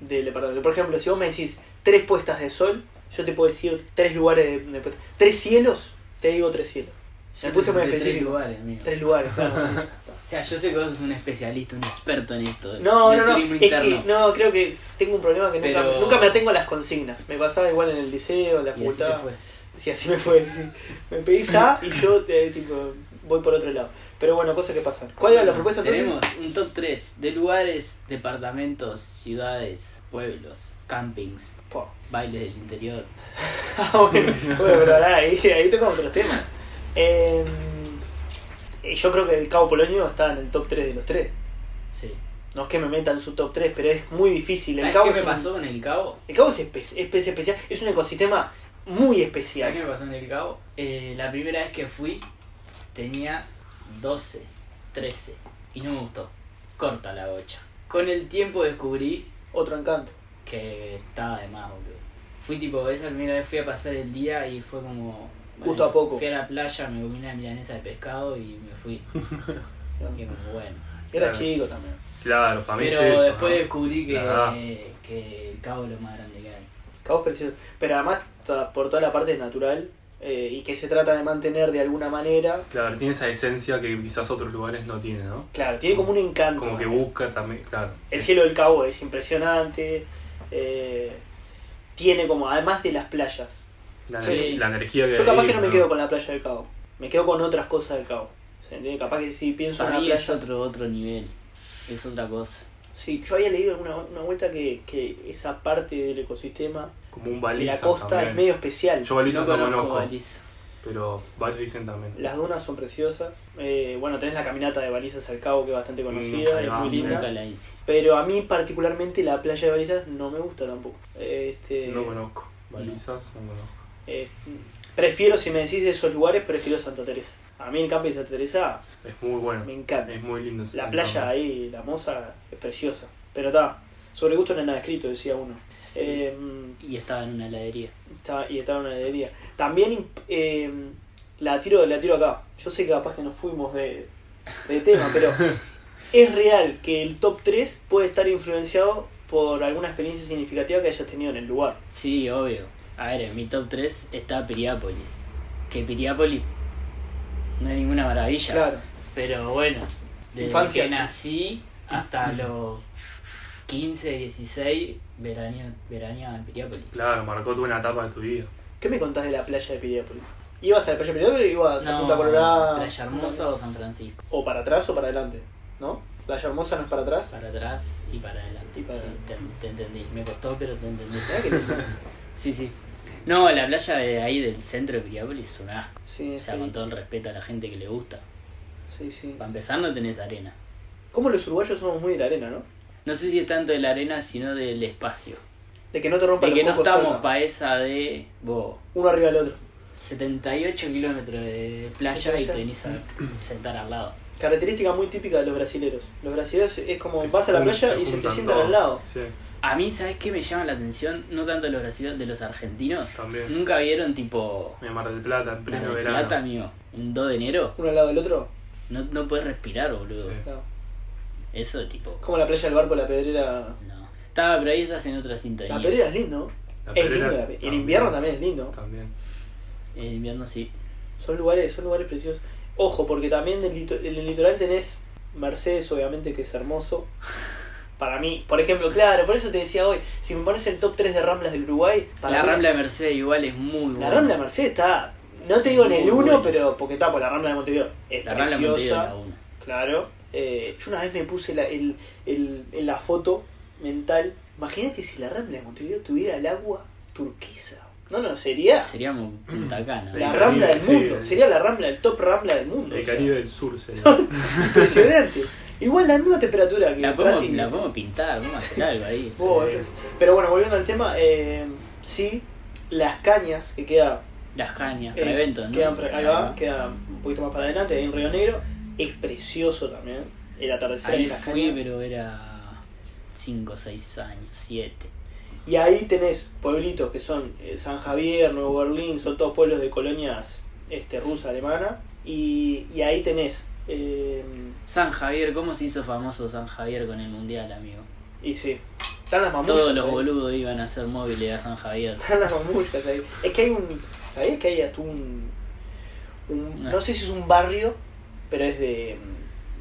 S1: del departamento. Por ejemplo, si vos me decís tres puestas de sol, yo te puedo decir tres lugares de, de puesta- Tres cielos, te digo tres cielos. Me puse muy
S5: De tres
S1: específico.
S5: lugares, amigo.
S1: Tres lugares, claro. sí.
S5: O sea, yo sé que vos sos un especialista, un
S4: Experto
S5: (laughs)
S4: en esto.
S1: No,
S5: del
S1: no, no.
S5: turismo
S1: Es
S5: interno.
S1: que, no, creo que s- tengo un problema que nunca,
S5: Pero-
S1: nunca me atengo a las consignas. Me pasaba igual en el liceo, en la
S5: y así te
S1: facultad.
S5: fue.
S1: Sí, así me fue. sí.
S5: (laughs)
S1: Me pedís A y yo te, tipo, voy por otro lado. Pero bueno, cosas que pasan. ¿Cuál era la
S4: Bueno,
S1: propuesta entonces?
S4: Tenemos un top 3 de lugares, departamentos, ciudades, pueblos, campings,
S1: Po.
S4: bailes del interior.
S1: (laughs) Ah, bueno, bueno, pero ahora ahí, ahí tocamos otros temas. Eh, y yo creo que el Cabo Polonio está en el top 3 de los 3.
S5: Sí.
S1: No es que me meta en su top 3, pero es muy difícil. El
S5: ¿Sabes
S1: Cabo
S5: qué
S1: es
S5: me
S1: un-
S5: pasó con el cabo?
S1: El Cabo es espe- especie especial, es un ecosistema muy especial.
S5: ¿Sabes qué me pasó en el cabo? Eh, la primera vez que fui tenía 12, 13 y no me gustó. Corta la bocha. Con el tiempo descubrí
S1: Otro encanto.
S5: que estaba de más, boludo. Fui tipo, esa primera vez fui a pasar el día y fue como.
S1: Justo a poco.
S5: Fui a la playa, me comí una milanesa de pescado y me
S2: (laughs)
S5: fui. Y como, bueno.
S1: Era
S2: Claro.
S1: chico también.
S2: Claro, para mí
S5: Pero
S2: es eso.
S5: después
S2: ¿no?
S5: descubrí que,
S2: Ah.
S5: que el cabo es lo más grande que hay.
S1: Cabos preciosos. Pero además, toda- por toda la parte natural eh, y que se trata de mantener de alguna manera.
S2: Claro, tiene esa esencia que quizás otros lugares no tienen, ¿no?
S1: Claro, tiene como un encanto.
S2: Como que busca también, claro.
S1: El cielo del Cabo es impresionante. eh, tiene como, además de las playas.
S2: La,
S1: Sí.
S2: ener- la energía que
S1: Yo capaz
S2: hay,
S1: que no me quedo con la playa del Cabo. Me quedo con otras cosas del Cabo. ¿Se entiende? Capaz que si pienso en
S4: Para
S1: una
S4: mí es
S1: playa.
S4: otro, otro nivel, es otra cosa.
S1: Sí, yo había leído alguna una vuelta que, que esa parte del ecosistema
S2: Como un
S1: de
S2: baliza
S1: la costa
S2: también.
S1: es medio especial.
S2: Yo baliza
S4: No
S2: no,
S4: conozco
S2: conozco,
S4: Baliza.
S2: pero varios dicen también.
S1: Las dunas son preciosas. Eh, bueno, tenés la caminata de balizas al cabo que es bastante
S2: Mm,
S1: conocida,
S2: ahí
S1: es
S2: va,
S1: muy
S2: sí.
S1: linda.
S4: Nunca la hice.
S1: Pero a mí particularmente la playa de balizas no me gusta tampoco. Este,
S2: No conozco. Balizas, no conozco.
S1: eh, prefiero, si me decís de esos lugares, prefiero Santa Teresa. A mí el camping de Santa Teresa
S2: Es muy bueno.
S1: me encanta.
S2: Es muy lindo. ese
S1: La
S2: entorno.
S1: playa ahí, la moza, es preciosa. Pero está, sobre gusto no hay nada escrito, decía uno.
S4: Sí.
S1: Em,
S4: Eh, Y estaba en una heladería.
S1: Estaba- y estaba en una heladería. También imp- eh, la, tiro, la tiro acá. Yo sé que capaz que nos fuimos de, de tema,
S4: (laughs)
S1: pero es real que el top 3 puede estar influenciado por alguna experiencia significativa que hayas tenido en el lugar.
S4: Sí, obvio. A ver, en mi top 3 está Piriápolis. Que Piriápolis no es ninguna maravilla.
S1: Claro.
S4: Pero bueno, desde
S1: Infancia. Mm.
S4: que nací hasta los 15, 16, veraneo, veraneaba en Piriápolis.
S2: Claro, marcó toda una etapa de tu vida.
S1: ¿Qué me contás de la playa de Piriápolis? ¿Ibas a la playa Pereira o ibas a Punta Colorada?
S4: Playa Hermosa o San Francisco.
S1: O para atrás o para adelante, ¿no? Playa Hermosa no es para atrás.
S4: Para atrás y para adelante.
S1: Y para
S4: sí,
S1: adelante.
S4: te, te entendí. Me costó, pero te entendí.
S1: Mirá que
S4: (laughs)
S1: lindo.
S4: Sí, sí. No, la playa de ahí del centro de Piriápolis es un asco.
S1: Sí,
S4: O sea,
S1: sí,
S4: con todo el respeto a la gente que le gusta.
S1: sí, sí.
S4: Para empezar, no tenés arena.
S1: Como los uruguayos somos muy de la arena, ¿no?
S4: No sé si es tanto de la arena, sino del espacio.
S1: De que no te rompan
S4: De
S1: los
S4: que no
S1: cocos
S4: estamos
S1: cerca,
S4: para esa de. Vos,
S1: uno arriba del otro.
S4: 78 kilómetros de playa
S1: ¿De
S4: y
S1: playa? Mm.
S4: te venís a sentar al lado.
S1: Característica muy típica de los brasileros. Los brasileros es como
S2: Que
S1: vas a la
S2: jun-
S1: playa y se te
S2: juntan
S1: sientan
S2: todos.
S1: al lado.
S2: Sí,
S4: A mí, ¿sabes qué me llama la atención? No tanto de los brasileños, de los argentinos.
S2: también.
S4: Nunca vieron tipo.
S2: Me Mar del Plata, en
S4: Mar
S2: pleno
S4: del
S2: verano.
S4: Plata, amigo. Un 2 de enero.
S1: Uno al lado del otro.
S4: No, no puedes respirar, boludo.
S2: Sí.
S1: No.
S4: Eso, tipo.
S1: Como la playa del barco, la pedrera.
S4: No. Estaba, pero ahí estás en otra
S1: La
S4: sintonía.
S1: pedrera es lindo.
S2: La
S1: es
S2: Pedrera
S1: lindo. La pe- En invierno también es lindo.
S2: También.
S4: En invierno sí.
S1: Son lugares, son lugares preciosos. Ojo, porque también en el, lito- en el litoral tenés Mercedes, obviamente, que es hermoso. Para mí, por ejemplo, claro, por eso te decía hoy, si me pones el top 3 de Ramblas del Uruguay, para
S4: la
S1: mí-
S4: Rambla de Mercedes igual es muy buena.
S1: la Rambla de Mercedes está, no te digo en el
S4: Muy
S1: 1,
S4: buena.
S1: pero porque está por la Rambla de Montevideo, es
S4: La Rambla de Montevideo
S1: preciosa,
S4: es la una.
S1: claro. Eh, yo una vez me puse la, el, el- el- la foto mental, imagínate si la Rambla de Montevideo tuviera el agua turquesa. No, no, sería
S4: Seríamos Punta Cana.
S2: Sí.
S1: la
S2: El
S1: Rambla
S2: Caribe,
S1: del
S2: sí,
S1: mundo,
S2: el-
S1: sería la Rambla, el top Rambla del mundo. o
S2: El
S1: sea.
S2: Caribe del
S1: (laughs)
S2: Sur sería.
S1: Impresionante. Igual la misma temperatura que
S4: La
S1: el
S4: podemos,
S1: Racing.
S4: la podemos pintar, vamos a hacer algo ahí. sí.
S1: Oh,
S2: (laughs)
S1: es- Pero bueno, volviendo al tema, eh, sí, las cañas que queda,
S4: Las cañas,
S1: eh,
S4: Freventos, ¿no?
S1: quedan fra- ahí va, queda un poquito más para adelante, ahí en Río Negro, es precioso también. El atardecer
S4: Ahí
S1: en las
S4: fui,
S1: cañas.
S4: pero era 5, 6 años, 7.
S1: Y ahí tenés pueblitos que son eh, San Javier, Nuevo Berlín, son todos pueblos de colonias este, rusa, alemana. Y, y ahí tenés. eh,
S4: San Javier, ¿cómo se hizo famoso San Javier con el mundial, amigo?
S1: y sí, están las mamutas.
S4: Todos los
S1: ahí.
S4: boludos iban a hacer móviles a San Javier.
S1: (laughs) Están las mamushkas ahí. Es que hay un. ¿Sabías que hay hasta un. un- no sé si es un barrio, pero es de.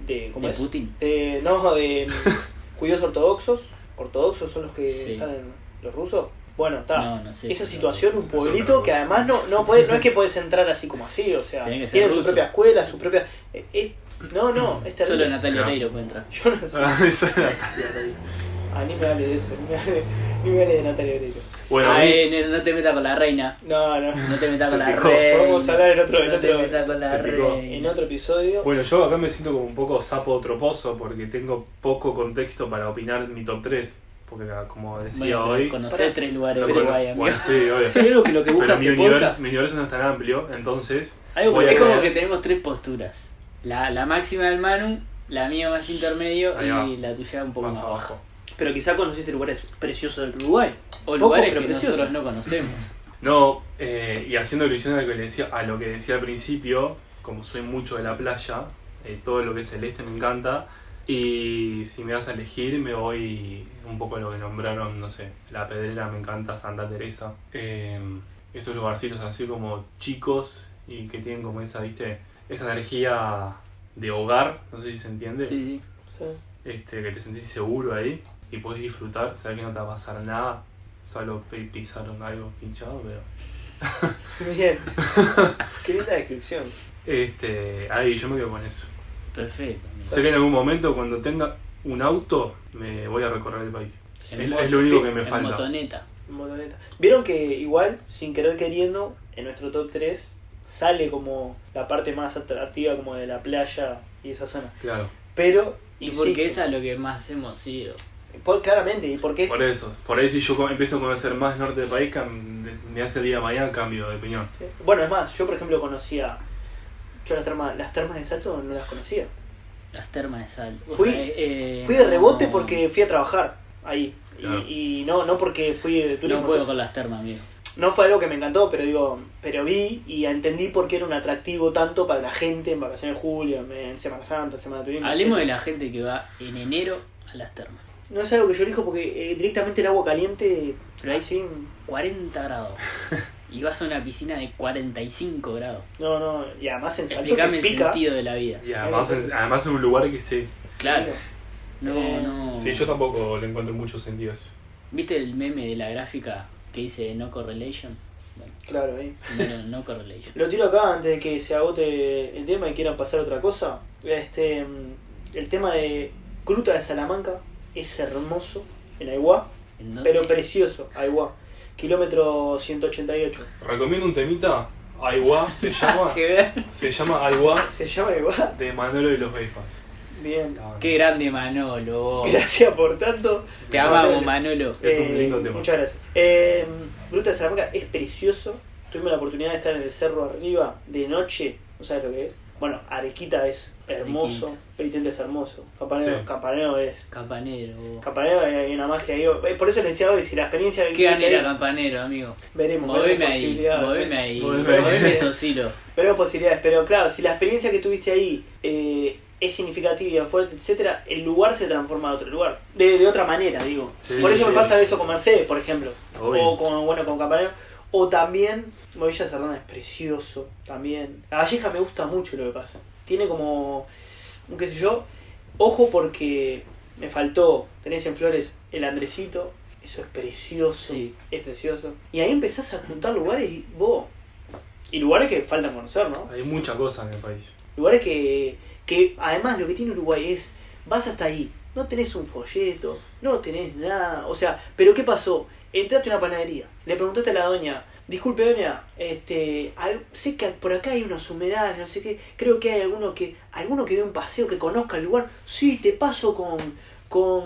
S1: de ¿Cómo
S4: ¿De
S1: es?
S4: Putin?
S1: De- no, de.
S4: (laughs)
S1: mm, judíos ortodoxos. Ortodoxos son los que
S4: Sí.
S1: están en. los rusos. Bueno, está.
S4: No, no sé.
S1: Esa
S4: pero-
S1: situación, un pueblito
S2: rusos.
S1: que además no, no, puede, no es que puedes entrar así como así, o sea,
S4: Tenés que ser
S1: tienen su
S4: ruso. Mm.
S1: propia escuela, su propia. eh, es- no, no, es
S4: Solo
S1: terrible.
S4: Natalia
S2: No.
S4: Oreiro puede entrar.
S1: (laughs) Yo no sé.
S2: Ah, esa era.
S1: Ah, ni me hables de eso, ni me hables, ni me hables de Natalia Oreiro.
S2: Bueno, a mí-
S4: Ay, nene, Ah, eh, no te metas con la reina.
S1: No, no.
S4: No te metas con
S2: Se
S4: la
S2: picó.
S4: reina.
S1: Podemos hablar en otro- en
S4: No te
S1: otro-
S4: metas con la
S2: se picó.
S1: En
S4: reina.
S1: otro episodio.
S2: Bueno, yo acá me siento como un poco sapo troposo porque tengo poco contexto para opinar mi top 3. Porque ah, como decía
S4: Bueno,
S2: hoy...
S4: Conocé
S1: Pará.
S4: tres lugares de
S2: Bueno,
S4: Uruguay, amigo.
S2: bueno, sí, obvio.
S1: Si hay algo que lo que busca
S2: Pero mi
S1: este
S2: universo,
S1: podcast,
S2: mi universo no es tan amplio, entonces...
S1: algo
S2: voy
S1: que
S2: a
S4: Es como que
S2: creer.
S4: tenemos tres posturas. La, la máxima del Manu, la mía más intermedio
S2: Ahí va.
S4: y la tuya un poco
S2: Más
S4: más abajo.
S2: abajo.
S1: Pero quizá conociste lugares preciosos del Uruguay.
S4: O
S1: Poco,
S4: lugares que
S1: pero precioso.
S4: nosotros no conocemos.
S2: No, eh, y haciendo alusión a lo, que le decía, a lo que decía al principio, como soy mucho de la playa, eh, todo lo que es el este me encanta, y si me das a elegir me voy un poco a lo que nombraron, no sé, La Pedrera me encanta, Santa Teresa, eh, esos lugarcitos así como chicos y que tienen como esa, viste, esa energía de hogar, no sé si se entiende,
S4: Sí, sí.
S2: este, que te sentís seguro ahí y podés disfrutar, sabes que no te va a pasar nada, solo pi- pisar algo pinchado, pero...
S1: Bien. (laughs) Qué linda descripción.
S2: Este, ahí yo me quedo con eso.
S4: Perfecto. amigo.
S2: Sé que en algún momento cuando tenga un auto me voy a recorrer el país.
S4: En
S2: es,
S4: moto.
S2: es lo único que me
S4: En
S2: falta.
S4: motoneta.
S1: Motoneta. Vieron que igual, sin querer queriendo, en nuestro top 3 sale como la parte más atractiva como de la playa y esa zona.
S2: Claro,
S1: Pero,
S4: Y
S1: insisto,
S4: porque esa es lo que más hemos ido.
S1: por- claramente, y porque
S2: por eso. Por ahí si yo co- empiezo a conocer más norte del país, cam- me hace el día de mañana cambio de opinión.
S1: Bueno, es más, yo por ejemplo conocía... Yo las termas, las termas de Salto no las conocía.
S4: Las termas de sal.
S1: Fui-
S4: Eh, eh,
S1: Fui de rebote
S4: no-
S1: porque fui a trabajar ahí. Y-
S2: Claro.
S1: Y, no, no porque fui de turismo.
S4: No puedo
S1: entonces-
S4: con las termas, amigo.
S1: No fue algo que me encantó, pero digo, pero vi y entendí por qué era un atractivo tanto para la gente en vacaciones de julio, en Semana Santa, Semana de Turismo.
S4: Hablemos de
S1: etcétera.
S4: la gente que va en enero a las termas.
S1: No es algo que yo elijo porque eh, directamente el agua caliente,
S4: Pero ahí-
S1: así,
S2: (laughs)
S4: 40 grados. Y vas a una piscina de 45 grados.
S1: no, no, y además en Salto
S4: Explícame
S1: te
S4: el
S1: pica.
S4: sentido de la vida.
S2: Y además, en- además en un lugar que sé.
S4: Claro. No,
S1: Eh,
S4: no.
S2: Sí, yo tampoco le encuentro mucho sentido a eso.
S4: ¿Viste el meme de la gráfica que dice no correlation? Bueno,
S1: Claro, ahí.
S4: no, no correlation.
S1: Lo tiro acá antes de que se agote el tema y quieran pasar a otra cosa. Este, mm, el tema de Gruta de Salamanca es hermoso en Aiguá,
S4: ¿En dónde?
S1: pero precioso, Aiguá. Kilómetro 188.
S2: Recomiendo un temita. Aiguá
S4: (laughs)
S2: se llama.
S5: Que ver.
S2: se llama Aiguá
S1: ¿Se llama Aiguá?
S2: de Manolo y los Befas.
S1: Bien.
S4: Qué grande Manolo. vos.
S1: Gracias por tanto.
S4: Te amamos, Manolo.
S2: Es un lindo tema.
S1: Muchas gracias. Eh, Gruta de Salamanca es precioso. Tuvimos la oportunidad de estar en el cerro arriba de noche. ¿No sabes lo que es? Bueno, Arequita es hermoso. Penitente es hermoso. Campanero,
S2: Sí.
S1: Campanero es.
S4: Campanero. vos.
S1: Campanero hay hay una magia ahí. Eh, Por eso les decía hoy, si la experiencia
S4: Qué
S1: viviste
S4: ganera
S1: ahí,
S4: campanero, amigo.
S1: veremos,
S4: Moveme
S1: veremos
S4: ahí,
S1: posibilidades.
S4: moveme ahí,
S2: Moveme.
S4: moveme esos hilos.
S1: Veremos posibilidades. Pero claro, si la experiencia que tuviste ahí eh, es significativa, fuerte, etcétera, el lugar se transforma a otro lugar. De, de otra manera, digo.
S2: Sí,
S1: por eso
S2: sí.
S1: me pasa eso con Mercedes, por ejemplo.
S2: Obvio.
S1: O con, bueno, con Campanero. O también, Movilla Serrana es precioso también. La Valleja me gusta mucho lo que pasa. Tiene como, un qué sé yo, ojo porque me faltó, tenés en Flores el Andresito, eso es precioso,
S4: Sí.
S1: es precioso. Y ahí empezás a juntar lugares y vos, y lugares que faltan conocer, ¿no?
S2: Hay mucha cosa en el país.
S1: Lugares que, que además lo que tiene Uruguay es, vas hasta ahí, no tenés un folleto, no tenés nada, o sea, pero ¿qué pasó? Entraste a una panadería, le preguntaste a la doña, disculpe doña, este, al- sé que por acá hay unos humedales, no sé qué, creo que hay alguno que, alguno que dé un paseo, que conozca el lugar, sí, te paso con, con,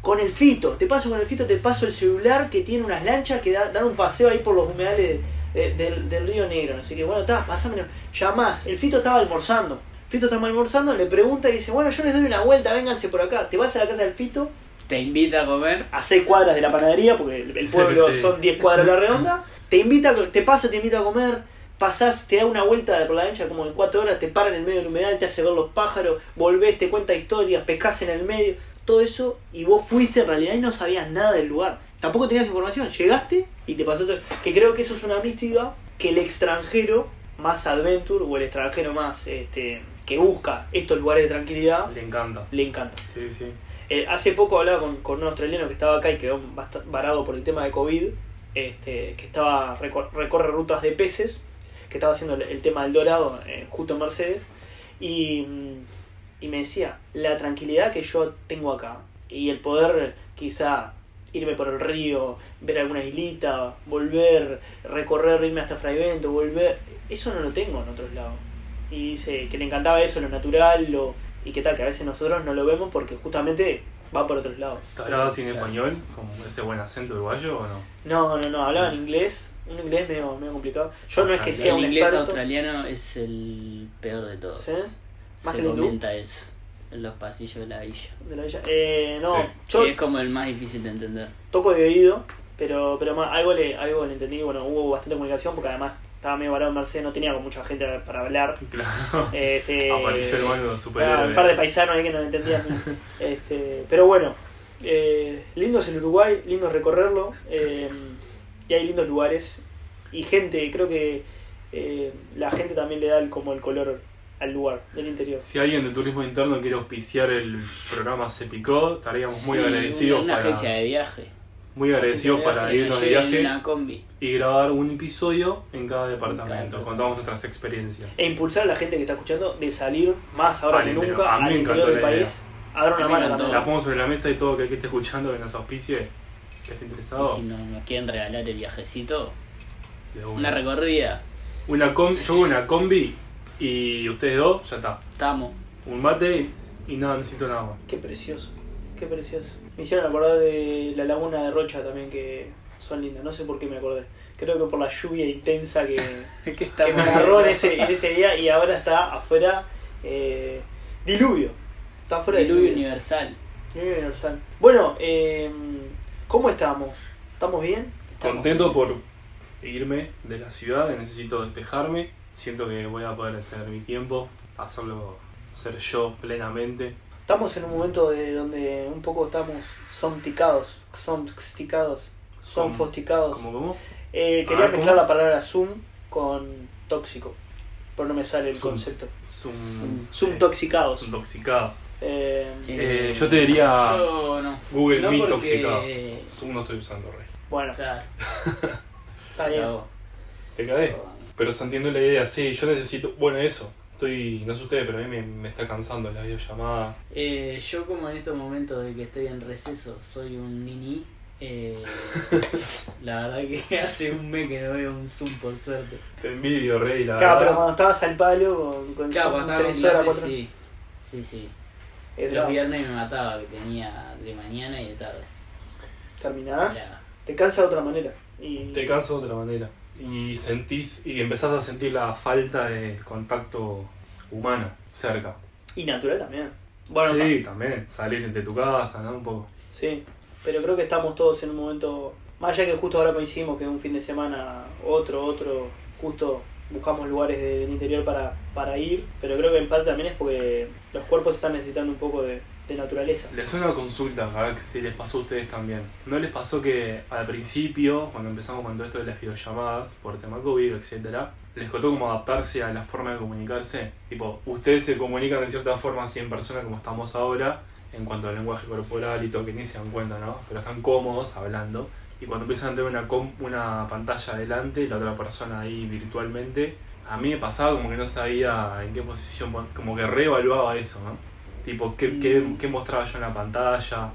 S1: con el fito, te paso con el fito, te paso el celular que tiene unas lanchas que da- dan un paseo ahí por los humedales de- de- del, del río Negro, no sé qué, bueno, está, pasámelo, llamás, el fito estaba almorzando, Fito estaba almorzando, le pregunta y dice, bueno, yo les doy una vuelta, vénganse por acá. Te vas a la casa del Fito,
S4: Te invita a comer.
S1: a seis cuadras de la panadería, porque el el pueblo
S2: Sí.
S1: son 10 cuadras a la redonda, te invita, te pasa, te invita a comer, pasás, te da una vuelta por la lancha como de 4 horas, te para en el medio del humedal, te hace ver los pájaros, volvés, te cuenta historias, pescás en el medio, todo eso, y vos fuiste en realidad y no sabías nada del lugar. Tampoco tenías información, llegaste y te pasó todo. Que creo que eso es una mística que el extranjero más adventure o el extranjero más este que busca estos lugares de tranquilidad
S2: Le encanta.
S1: le encanta.
S2: Sí, sí.
S1: Eh, hace poco hablaba con, con un australiano que estaba acá y quedó bast- varado por el tema de COVID, este, que estaba recor- recorre rutas de peces, que estaba haciendo el, el tema del dorado eh, justo en Mercedes, y, mm, y me decía, la tranquilidad que yo tengo acá y el poder quizá irme por el río, ver alguna islita, volver, recorrer, irme hasta Fraivento, volver, eso no lo tengo en otros lados. Y dice que le encantaba eso, lo natural, lo, y que tal, que a veces nosotros no lo vemos porque justamente va por otros lados.
S2: ¿Te hablabas en español? Como ese buen acento uruguayo o no? (laughs)
S1: No, no, no, hablaba en inglés, un inglés medio, medio complicado. Yo no es que sea
S4: el
S1: un
S4: inglés
S1: experto,
S4: australiano es el peor de todos.
S1: ¿sí? más
S4: Se
S1: que el hindú
S4: comenta eso en los pasillos de la villa.
S1: de la villa. Eh, no,
S2: Sí.
S1: yo
S4: Y es como el más difícil de entender.
S1: toco de oído, pero, pero más, algo le, algo le entendí, bueno, hubo bastante comunicación porque además estaba medio varado en Mercedes, no tenía con mucha gente para hablar.
S2: Claro.
S4: Eh,
S1: Este,
S2: Aparece el banco
S1: Ah,
S2: superhéroe.
S1: un par de paisanos ahí que no entendían.
S2: (laughs)
S1: este, pero bueno, eh, lindo es el Uruguay, lindo es recorrerlo. eh, y hay lindos lugares. Y gente, creo que eh, la gente también le da el- como el color al lugar del interior.
S2: Si alguien de turismo interno quiere auspiciar el programa Se Picó, estaríamos muy
S4: Sí,
S2: agradecidos
S4: Una
S2: para,
S4: agencia de viaje.
S2: muy agradecidos
S1: agencia de
S2: para
S4: Que nos
S2: irnos de
S4: lleven
S2: viaje
S4: una combi.
S2: y grabar un episodio en cada departamento.
S4: departamento.
S2: Contamos nuestras experiencias.
S4: Eh,
S1: E impulsar a la gente que está escuchando de salir más ahora
S2: Al
S1: que
S2: interior.
S1: nunca
S2: A mí
S1: al
S2: me
S1: interior
S2: encantó
S1: del
S2: la idea.
S1: país a dar una
S4: A mí me
S1: mano
S4: encantó.
S1: también.
S2: La pongo sobre la mesa y todo aquel que esté escuchando que nos auspicie, que esté interesado.
S4: Y si nos, nos quieren regalar el viajecito,
S2: de
S4: una
S2: una.
S4: recorrida.
S2: Una com- yo hago una combi y ustedes dos, ya está.
S1: (laughs)
S4: Estamos.
S2: Un mate y nada, no necesito nada más.
S1: Qué precioso, qué precioso. Me hicieron acordar de la laguna de Rocha también que son lindas. No sé por qué me acordé. Creo que por la lluvia intensa que...
S4: que
S1: que me agarró en ese, en ese día y ahora está afuera eh, diluvio. Está afuera
S4: Diluvio
S1: diluvio.
S4: universal.
S1: Diluvio universal. Bueno, eh, ¿cómo estamos? ¿Estamos bien?
S4: Estamos.
S2: Contento por irme de la ciudad, necesito despejarme. Siento que voy a poder tener mi tiempo, hacerlo, ser yo plenamente.
S1: Estamos en un momento de donde un poco estamos somticados, somsticados,
S2: Som-
S1: sonfosticados.
S2: ¿Cómo, cómo?
S1: Eh,
S2: Ah,
S1: quería
S2: ¿cómo?
S1: mezclar la palabra Zoom con tóxico, pero no me sale el
S2: Zoom.
S1: concepto.
S2: Zum-
S1: Zoomtoxicados.
S2: Zumtoxicados.
S1: Eh,
S2: Eh, yo te diría
S4: Yo no.
S2: Google
S5: No,
S2: Meet
S5: porque-
S2: toxicados. Zoom no estoy usando, rey.
S1: bueno,
S4: Claro.
S1: está bien.
S4: Bravo.
S2: Te cagué. Pero se entiende la idea, sí, yo necesito. Bueno, eso. Estoy. No sé ustedes, pero a mí me, me está cansando la videollamada.
S5: Eh, yo como en estos momentos de que estoy en receso soy un nini.
S2: (laughs)
S5: eh, la verdad que (laughs) hace un mes que no veo un Zoom por suerte.
S2: Te envidio, Rey, la
S1: Claro, pero
S2: verdad.
S1: cuando estabas al palo con, con
S5: Claro,
S1: Zoom,
S5: cuando estaba en
S1: tres horas,
S5: clase,
S1: cuatro
S5: sí. Sí, sí.
S1: es
S5: Los
S1: drama.
S5: viernes me mataba, que tenía de mañana y de tarde.
S1: terminás,
S5: Era-
S1: te cansa de otra manera. Y
S2: Te canso de otra manera. Y sentís. Y empezás a sentir la falta de contacto humano cerca.
S1: Y natural también. Bueno,
S2: sí, también. Salir de tu casa, ¿no? Un poco.
S1: Sí, pero creo que estamos todos en un momento, más allá que justo ahora coincidimos que un fin de semana, otro, otro, justo buscamos lugares de- del interior para, para ir, pero creo que en parte también es porque los cuerpos están necesitando un poco de, de naturaleza.
S2: Les hago una consulta, a ver si les pasó a ustedes también. ¿No les pasó que al principio, cuando empezamos con todo esto de las videollamadas por tema COVID, etcétera, les costó como adaptarse a la forma de comunicarse? Tipo, ustedes se comunican de cierta forma así en persona como estamos ahora, en cuanto al lenguaje corporal y todo, que ni se dan cuenta, ¿no? Pero están cómodos hablando. Y cuando empiezan a tener una, com- una pantalla adelante, la otra persona ahí virtualmente, a mí me pasaba como que no sabía en qué posición, pon- como que reevaluaba eso, ¿no? Tipo, ¿qué, qué,
S1: Mm.
S2: qué mostraba yo en la pantalla?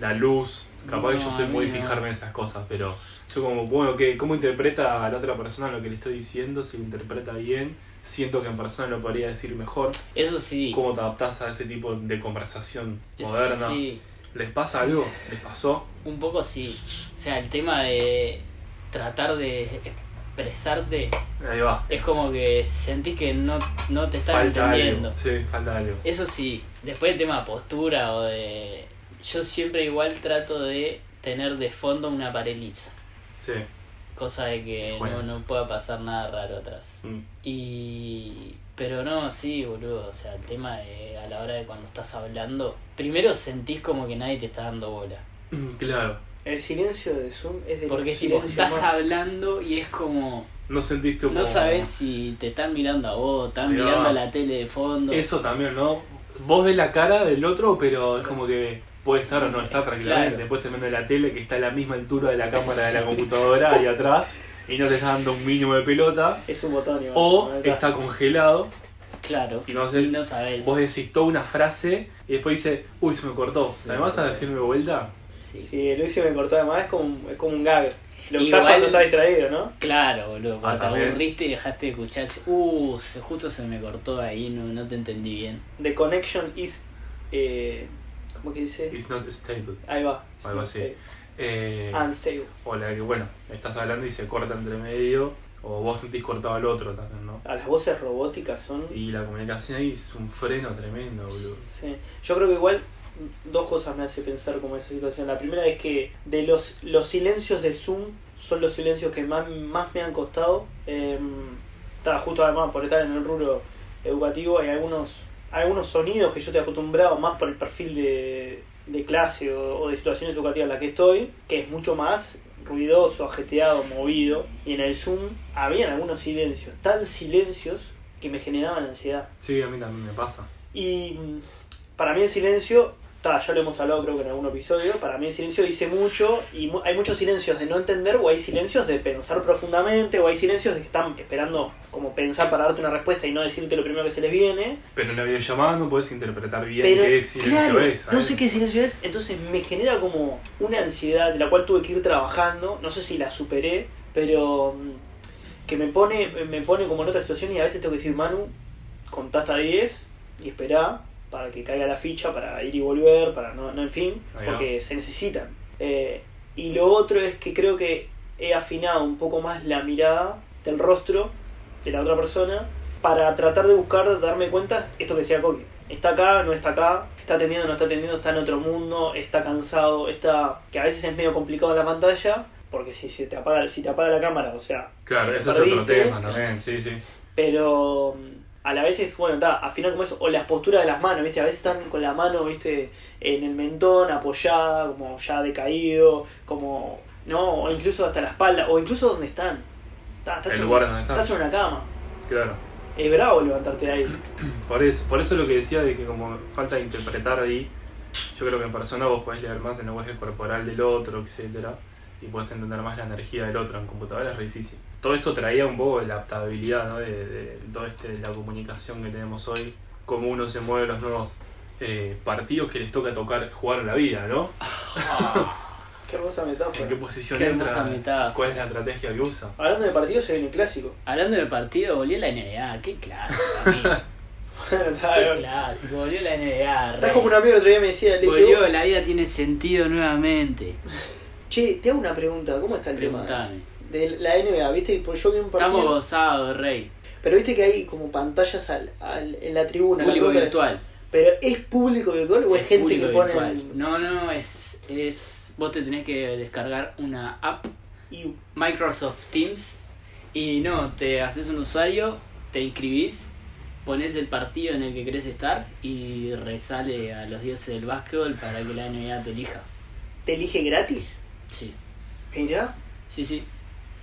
S2: La luz. Capaz que yo
S5: No,
S2: soy
S5: a
S2: muy
S5: mí
S2: de
S5: no.
S2: fijarme en esas cosas, pero yo como, bueno, ¿qué, ¿cómo interpreta a la otra persona lo que le estoy diciendo? Si lo interpreta bien, siento que en persona lo podría decir mejor.
S4: Eso sí.
S2: ¿Cómo te adaptás a ese tipo de conversación moderna?
S4: Sí,
S2: ¿Les pasa algo? ¿Les pasó?
S4: un poco sí. O sea, el tema de tratar de expresarte
S2: Ahí va.
S4: es como que sentís que no, no te están
S2: falta
S4: entendiendo.
S2: algo. Sí, falta algo.
S4: Eso sí, después del tema de postura o de... Yo siempre igual trato de tener de fondo una pared lisa,
S2: Sí.
S4: cosa de que no,
S2: Buenas.
S4: no pueda pasar nada raro atrás.
S2: Mm. (clears throat)
S4: Y... Pero no, sí, boludo, o sea, el tema de a la hora de cuando estás hablando, primero sentís como que nadie te está dando bola.
S2: Mm, Claro.
S1: El silencio de Zoom es de
S4: Porque
S1: los
S4: tipo,
S1: silencios
S4: estás
S1: más-
S4: hablando y es como...
S2: No sentiste como...
S4: No sabes si te están mirando a vos, están
S2: Ahí va.
S4: mirando a la tele de fondo.
S2: Eso también, ¿no? Vos ves la cara del otro, pero es como que puede estar o no está tranquilamente.
S4: Claro.
S2: Después te manda la tele que está a la misma altura de la cámara de la computadora y atrás y no te está dando un mínimo de pelota.
S1: Es un botón, igual,
S2: O
S1: ¿no? Acá.
S2: está congelado
S4: Claro.
S2: y no sé
S4: y no sabes.
S2: Vos decís toda una frase y después dice, uy, se me cortó.
S4: Sí,
S2: Además, a
S4: claro.
S2: decirme vuelta.
S4: Sí.
S1: Sí, Luis se me cortó además, es como, un- es como un gag. Lo usás
S4: Igual-
S1: cuando estás distraído, ¿no?
S4: Claro, boludo,
S2: Ah,
S4: cuando te
S2: también.
S4: aburriste y dejaste de escuchar. Uh, se- justo se me cortó ahí, no, no te entendí bien.
S1: The connection is... Eh, ¿Cómo que dice?
S2: It's not stable.
S1: Ahí va.
S2: Algo así.
S1: Sí. Ah,
S2: Eh,
S1: Unstable.
S2: O la que, bueno, estás hablando y se corta entre medio. O vos sentís cortado al otro también, ¿no?
S1: A Ah, las voces robóticas son...
S2: Y la comunicación ahí es un freno tremendo, boludo.
S1: Sí. Yo creo que igual dos cosas me hace pensar como esa situación. La primera es que de los, los silencios de Zoom son los silencios que más, más me han costado. Eh, está, justo además por estar en el rubro educativo hay algunos, algunos sonidos que yo estoy acostumbrado más por el perfil de, de clase o, o de situaciones educativas en la que estoy, que es mucho más ruidoso, ajeteado, movido. Y en el Zoom habían algunos silencios, tan silencios que me generaban ansiedad.
S2: Sí, a mí también me pasa.
S1: Y mm, para mí el silencio, ta, ya lo hemos hablado creo que en algún episodio, para mí el silencio dice mucho y mu- hay muchos silencios de no entender o hay silencios de pensar profundamente o hay silencios de que están esperando como pensar para darte una respuesta y no decirte lo primero que se les viene.
S2: Pero en la videollamada no puedes interpretar bien
S1: Pero
S2: qué silencio
S1: claro,
S2: es. ¿sabes?
S1: no sé qué silencio es, entonces me genera como una ansiedad de la cual tuve que ir trabajando, no sé si la superé, pero mm, que me pone, me pone como en otra situación y a veces tengo que decir, Manu, contá hasta 10 y esperá para que caiga la ficha, para ir y volver, para no, no en fin,
S2: Ahí va.
S1: porque se necesitan. Eh, y lo otro es que creo que he afinado un poco más la mirada del rostro de la otra persona para tratar de buscar, darme cuenta, esto que decía Coqui. Está acá, no está acá, está atendiendo, no está atendiendo, está en otro mundo, está cansado, está... que a veces es medio complicado en la pantalla, porque si se te apaga, si te apaga la cámara, o sea,
S2: Claro, ese es otro
S1: perdiste.
S2: tema también, sí, sí.
S1: pero mm, a la vez es, bueno, está, al final como eso, o las posturas de las manos, ¿viste? A veces están con la mano, ¿viste? En el mentón, apoyada, como ya decaído, como, ¿no? O incluso hasta la espalda, o incluso donde están. Está- estás,
S2: El
S1: en,
S2: lugar donde estás.
S1: estás en una cama.
S2: Claro.
S1: Es bravo levantarte de
S2: (clears throat)
S1: ahí.
S2: Por eso, por eso lo que decía de que como falta de interpretar ahí, yo creo que en persona vos podés leer más el lenguaje corporal del otro, etcétera, y podés entender más la energía del otro. En computadora es re difícil. todo esto traía un poco de la adaptabilidad, ¿no? De, de todo este, de la comunicación que tenemos hoy, cómo uno se mueve los nuevos eh, partidos que les toca tocar jugar en la vida, ¿no?
S1: Qué hermosa
S2: ¿En qué
S1: metáfora.
S2: posición
S6: Qué hermosa
S2: entra?
S6: mitad.
S2: ¿Cuál es la estrategia que usa?
S1: Hablando de partidos, se viene el clásico. (laughs)
S6: Hablando de partido, volvió la NBA. Qué clásico, amigo. Qué
S1: Estás
S6: clásico, volvió la NBA. rey.
S1: como un amigo el otro día me decía, le dije,
S6: Volvió, la vida tiene sentido nuevamente.
S1: che, te hago una pregunta, ¿cómo está el tema?
S6: Preguntame.
S1: De la NBA, viste, pues yo vi un partido.
S6: Estamos gozados, rey.
S1: Pero viste que hay como pantallas al, al- en la tribuna.
S6: Público
S1: la pelota-
S6: virtual.
S1: Pero ¿es público virtual o es,
S6: Es
S1: gente que
S6: público
S1: pone
S6: virtual. No, no, es, es. Vos te tenés que descargar una app,
S1: y
S6: Microsoft Teams, y no, te haces un usuario, te inscribís, pones el partido en el que querés estar y resale a los dioses del básquetbol para que la NBA te elija.
S1: te elige gratis?
S6: Sí,
S1: Mirá,
S6: sí, sí.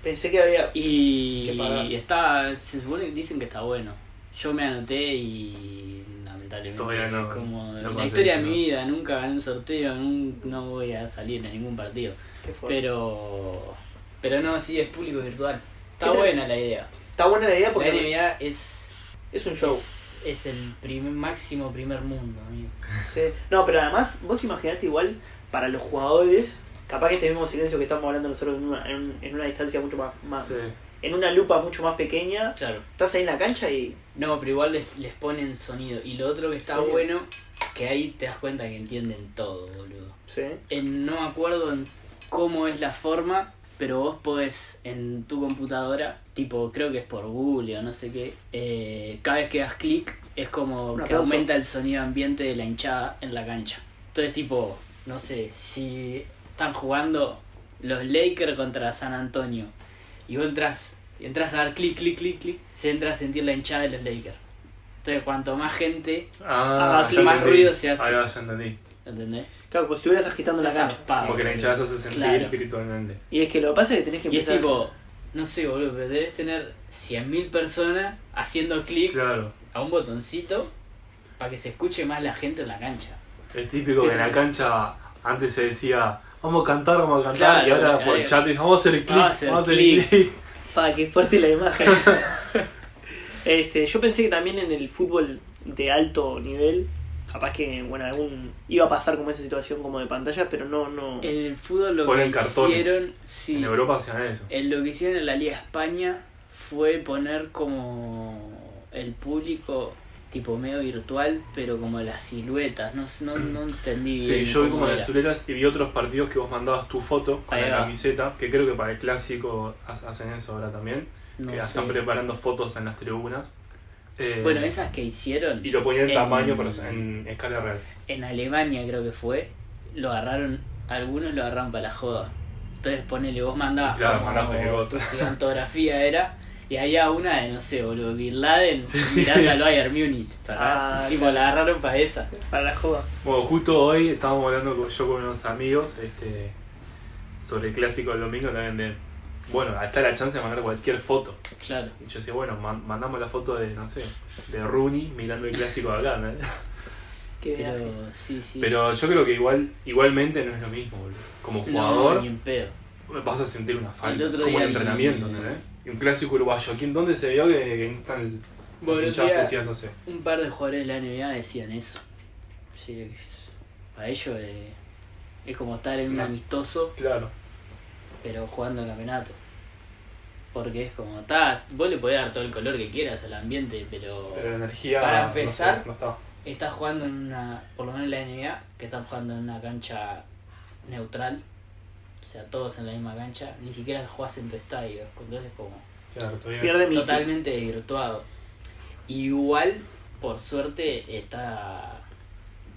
S1: pensé que había...
S6: Y,
S1: Que pagar.
S6: y está. Se supone que dicen que está bueno. Yo me anoté y. Lamentablemente.
S2: Todavía no-
S6: Como
S2: no
S6: la
S2: conseguí,
S6: historia de
S2: ¿no?
S6: mi vida, nunca gané un sorteo, nun- no voy a salir en ningún partido.
S1: Qué fuerte.
S6: Pero.
S4: Pero no, sí, es público virtual.
S1: ¿Qué
S4: Está
S1: te-
S4: buena la idea.
S1: Está buena la idea
S4: La
S1: porque
S4: NBA es,
S1: es un show.
S4: es, es el primer, máximo primer mundo, amigo.
S1: Sí. No, pero además, vos imaginate igual para los jugadores, capaz que este mismo silencio que estamos hablando nosotros en una, en, un- en una distancia mucho más, más
S2: Sí.
S1: en una lupa mucho más pequeña,
S6: Claro.
S1: estás ahí en la cancha y
S4: No, pero igual les, les ponen sonido. Y lo otro que está
S1: Sí.
S4: bueno, que ahí te das cuenta que entienden todo, boludo.
S1: sí,
S4: En- no me acuerdo en cómo es la forma, pero vos podés en tu computadora, tipo creo que es por Google o no sé qué, eh, cada vez que das clic es como
S1: Un
S4: que
S1: aplauso.
S4: aumenta el sonido ambiente de la hinchada en la cancha. Entonces tipo, no sé, si están jugando los Lakers contra San Antonio y vos entras, y entras a dar clic, clic, clic, clic, se entra a sentir la hinchada de los Lakers. Entonces cuanto más gente,
S2: Ah,
S1: Ah,
S2: ya
S1: más
S2: entendí.
S4: ruido se hace.
S2: Ahí va, ya entendí.
S4: ¿entendés?
S1: claro, como si estuvieras agitando la
S4: Estás
S1: cancha.
S4: zarpado,
S2: Como que la
S4: boludo.
S2: hinchada se hace sentir
S4: Ah. Claro.
S2: virtualmente.
S1: Y es que lo que pasa es que tenés que
S4: Y es
S1: empezar
S4: tipo, no sé, boludo, pero debes tener 100.000 personas haciendo clic
S2: Claro.
S4: a un botoncito para que se escuche más la gente en la cancha.
S2: Es típico que en la cancha antes se decía vamos a cantar, vamos a cantar,
S6: Claro,
S2: y ahora por
S6: claro.
S2: chat dicen vamos a hacer clic,
S6: Vamos a hacer
S2: vamos a hacer
S6: clic".
S2: clic.
S1: para que fuerte la
S4: (laughs)
S1: imagen. este, yo pensé que también en el fútbol de alto nivel, capaz que bueno, algún iba a pasar como esa situación como de pantallas, pero no no
S4: El fútbol lo
S2: Ponen
S4: que
S2: cartones.
S4: hicieron, sí,
S2: En Europa hacían eso.
S4: el- lo que hicieron en la Liga España fue poner como el público tipo medio virtual, pero como las siluetas, no, sé, no, no entendí
S2: Sí,
S4: bien
S2: yo vi
S4: cómo
S2: como las
S4: era.
S2: suletas y vi otros partidos que vos mandabas tu foto con
S4: Ahí
S2: la
S4: va.
S2: camiseta, que creo que para el clásico ha- hacen eso ahora también,
S4: No
S2: que
S4: sé.
S2: están preparando fotos en las tribunas. Eh,
S4: Bueno, esas que hicieron
S2: Y lo ponían en
S4: en-
S2: tamaño, pero en escala real.
S4: en Alemania creo que fue, lo agarraron, algunos lo agarraron para la joda. Entonces ponele, vos mandabas
S2: Claro,
S4: como
S2: mandabas cualquier
S4: (laughs)
S2: cosa.
S4: tu gigantografía era, y había una de, no sé, boludo, Bin Laden mirando al Bayern Múnich,
S1: Ah,
S4: ¿sabes? tipo, la agarraron para esa.
S1: para la joda.
S2: Bueno, justo hoy estábamos hablando con- yo con unos amigos este, sobre el clásico del domingo también de, bueno, está la chance de mandar cualquier foto.
S4: Claro.
S2: Y yo decía, bueno, man- mandamos la foto de, no sé, de Rooney mirando el clásico de acá,
S4: (laughs)
S2: ¿no?
S1: Qué viaje.
S4: Pero sí, sí.
S2: Pero yo creo que igual, igualmente no es lo mismo, boludo. Como
S4: No,
S2: jugador
S4: ni en pedo.
S2: vas a sentir una falta,
S4: El otro
S2: como
S4: día
S2: en entrenamiento,
S4: vi-
S2: ¿entendés? Y un clásico uruguayo, ¿quién dónde se vio que, que están
S4: Bueno,
S2: los hinchas
S4: tía.
S2: puteándose?
S4: Un par de jugadores de la NBA decían eso. Sí, para ellos eh, es como estar en un
S2: No.
S4: amistoso
S2: Claro.
S4: pero jugando el campeonato. Porque es como, ta, vos le podés dar todo el color que quieras al ambiente, pero
S2: Pero la energía
S4: Para
S2: no sé,
S4: empezar,
S2: no está.
S4: estás jugando en una, por lo menos en la NBA, que están jugando en una cancha neutral, o sea, todos en la misma cancha, ni siquiera jugás en tu estadio, entonces como
S2: Claro, todavía
S1: Pierde mi
S4: totalmente desvirtuado. Igual, por suerte, está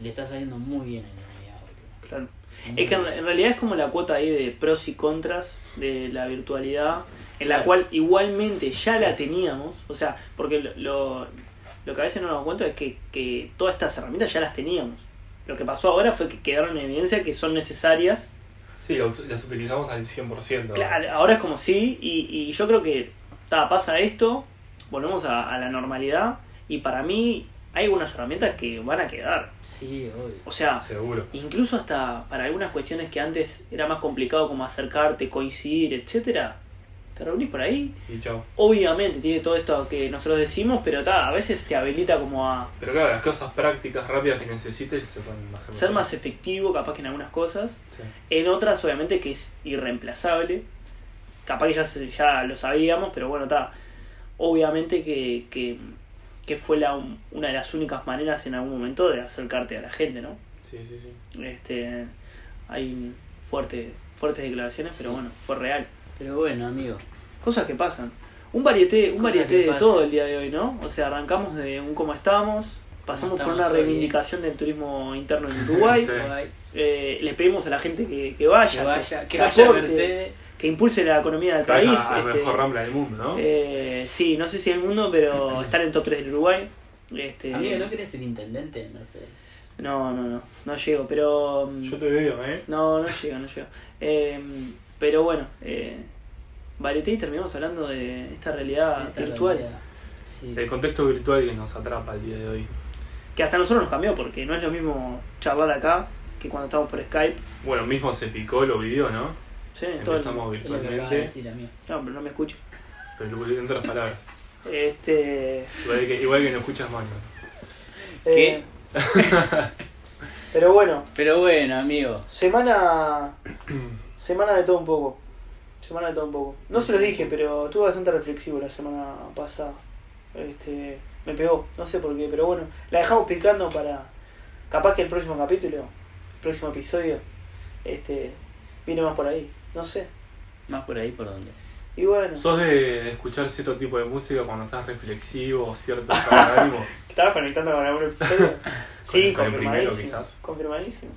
S4: le está saliendo muy bien en la NBA, boludo.
S1: Claro.
S4: Muy
S1: Es que en,
S4: bien.
S1: en realidad es como la cuota ahí de pros y contras de la virtualidad, en la
S4: Claro.
S1: cual igualmente ya la
S4: Sí.
S1: teníamos, o sea, porque lo, lo, lo que a veces no nos damos cuenta es que, que todas estas herramientas ya las teníamos. Lo que pasó ahora fue que quedaron en evidencia que son necesarias.
S2: Sí, lo- las utilizamos al 100%.
S1: Claro, ahora es como sí, y, y yo creo que ta, pasa esto, volvemos a, a la normalidad, y para mí hay algunas herramientas que van a quedar.
S4: Sí, obvio.
S1: O sea,
S2: Seguro.
S1: incluso hasta para algunas cuestiones que antes era más complicado como acercarte, coincidir, etcétera, te reunís por ahí.
S2: Y chao.
S1: Obviamente tiene todo esto que nosotros decimos, pero ta, a veces te habilita como a
S2: Pero claro, las cosas prácticas rápidas que necesites se pueden hacer.
S1: ser más este. efectivo, capaz que en algunas cosas.
S2: Sí.
S1: En otras, obviamente, que es irreemplazable. Capaz que ya, se- ya lo sabíamos, pero bueno, está. Obviamente que, que, que fue la, una de las únicas maneras en algún momento de acercarte a la gente, ¿no?
S2: sí, sí, sí.
S1: Este, hay fuertes fuertes declaraciones, pero bueno, fue real.
S4: Pero bueno, amigo.
S1: Cosas que pasan. Un varieté, un
S4: Cosas
S1: varieté
S4: que
S1: de
S4: pasan.
S1: todo el día de hoy, ¿no? O sea, arrancamos de un cómo estamos, pasamos por
S4: estamos
S1: una
S4: hoy, eh?
S1: reivindicación del turismo interno en Uruguay.
S2: Sí.
S4: Uruguay,
S1: Eh, le pedimos a la gente que, que vaya,
S4: Que vaya, que
S1: que
S4: vaya
S1: aporte,
S4: Mercedes.
S1: que impulse la economía del
S2: Vaya
S1: país.
S2: a la
S1: este,
S2: mejor rambla del mundo, ¿no?
S1: eh, sí, no sé si el mundo,
S2: (clears throat)
S1: pero estar en top 3 del Uruguay. Este,
S4: Amigo, ¿no querés ser intendente? No sé.
S1: no, no, no, no llego, pero... mm,
S2: Yo te veo, ¿eh?
S1: No, no llego, no llego. Eh, pero bueno, eh, varieté y terminamos hablando de esta realidad
S4: Esta
S1: virtual
S4: realidad. Sí.
S2: El contexto virtual que nos atrapa el día de hoy.
S1: que hasta nosotros nos cambió porque no es lo mismo charlar acá que cuando estamos por Skype.
S2: Bueno, mismo se picó, lo vivió, ¿no?
S1: Sí, todo el-
S2: Empezamos
S4: Es lo que acabas de
S2: virtualmente,
S4: decir, amigo.
S1: No, pero no me escucho.
S2: pero lo pusiste en otras palabras.
S1: Este...
S2: Igual que, igual que no escuchas más, ¿no?
S1: ¿Qué? Eh, (laughs) pero bueno,
S4: Pero bueno, amigo.
S1: semana. Semana de todo un poco. Semana de todo un poco. No se los dije, pero estuve bastante reflexivo la semana pasada. Este. Me pegó, no sé por qué, pero bueno. La dejamos picando para. Capaz que el próximo capítulo, el próximo episodio, este. Viene más por ahí. No sé.
S4: Más por ahí por donde.
S1: Y bueno.
S2: ¿Sos de, de escuchar cierto tipo de música cuando estás reflexivo o cierto estado de ánimo?
S1: ¿Estabas conectando con algún
S4: (laughs)
S1: episodio? sí,
S2: Con el primero,
S1: confirmadísimo.
S2: quizás.
S1: Confirmadísimo.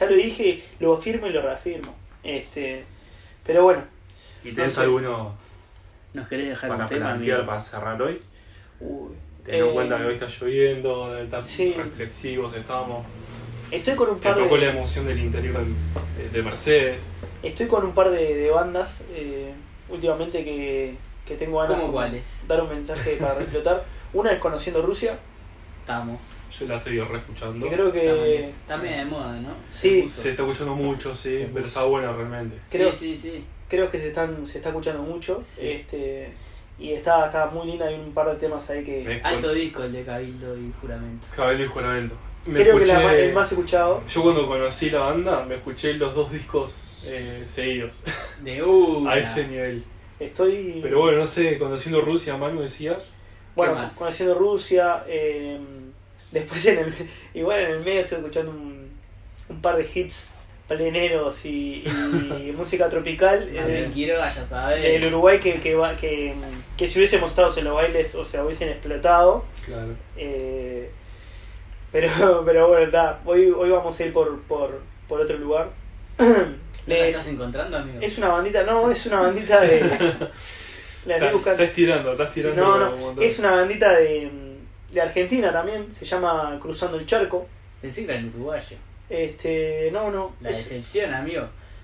S1: Ya lo dije, lo afirmo y lo reafirmo. Este. Pero bueno.
S2: ¿Y tenés
S1: sé.
S2: alguno
S4: ¿Nos querés dejar
S2: para
S4: un tema,
S2: plantear,
S4: amigo?
S2: para cerrar hoy?
S1: Uy.
S2: Teniendo
S1: Eh,
S2: en cuenta que hoy está lloviendo, tan
S1: sí.
S2: reflexivos estamos.
S1: Estoy con un
S2: Te
S1: par
S2: tocó la
S1: de,
S2: emoción del interior del- de Mercedes.
S1: estoy con un par de, de bandas eh, últimamente que, que tengo ganas
S4: ¿Cómo
S1: de
S4: cuáles?
S1: dar un mensaje para reflotar. Una es Conociendo Rusia,
S4: Estamos.
S2: Yo la estoy reescuchando.
S1: que creo
S4: Eh,
S1: que...
S4: Está medio de moda, ¿no?
S1: Sí.
S4: Se puso.
S2: Se está escuchando mucho, sí,
S4: Se
S2: pero
S4: puso.
S2: está buena realmente.
S1: Creo-
S4: Sí, sí, sí.
S1: creo que se están se está escuchando mucho
S4: Sí.
S1: este y está, está muy linda hay un par de temas ahí que
S2: Me-
S4: Alto disco el de Cabildo y Juramento.
S2: Cabello y juramento. Me
S1: creo que la
S2: escuché-
S1: ma- el más escuchado
S2: Yo cuando conocí la banda me escuché los dos discos eh, seguidos
S4: De una.
S2: a ese nivel.
S1: estoy
S2: Pero bueno, no sé, conociendo Rusia, Manu decías.
S1: bueno,
S4: ¿qué más?
S1: conociendo Rusia eh, (laughs) después en el igual en el medio estoy escuchando un, un par de hits pleneros y,
S4: (laughs)
S1: y música tropical eh,
S4: Martín Quiroga, ya sabes.
S1: El Uruguay que, que, va- que, que si hubiésemos estado en los bailes, o sea, hubiesen explotado.
S2: Claro.
S1: eh, pero, (laughs) pero bueno, está. Hoy, hoy vamos a ir por, por, por otro
S4: (coughs)
S1: lugar.
S4: ¿No la
S1: Les-
S4: estás encontrando, amigo?
S1: es una bandita, no, es una bandita de.
S4: (laughs)
S1: La estoy
S2: Estás,
S1: buscando.
S2: estás tirando, estás tirando.
S1: No,
S2: un
S1: no,
S2: montón.
S1: es una bandita de, de Argentina también. Se llama Cruzando el Charco.
S4: Pensé que era en uruguayo.
S1: Este, no, no.
S4: La
S1: es-
S4: decepción, amigo.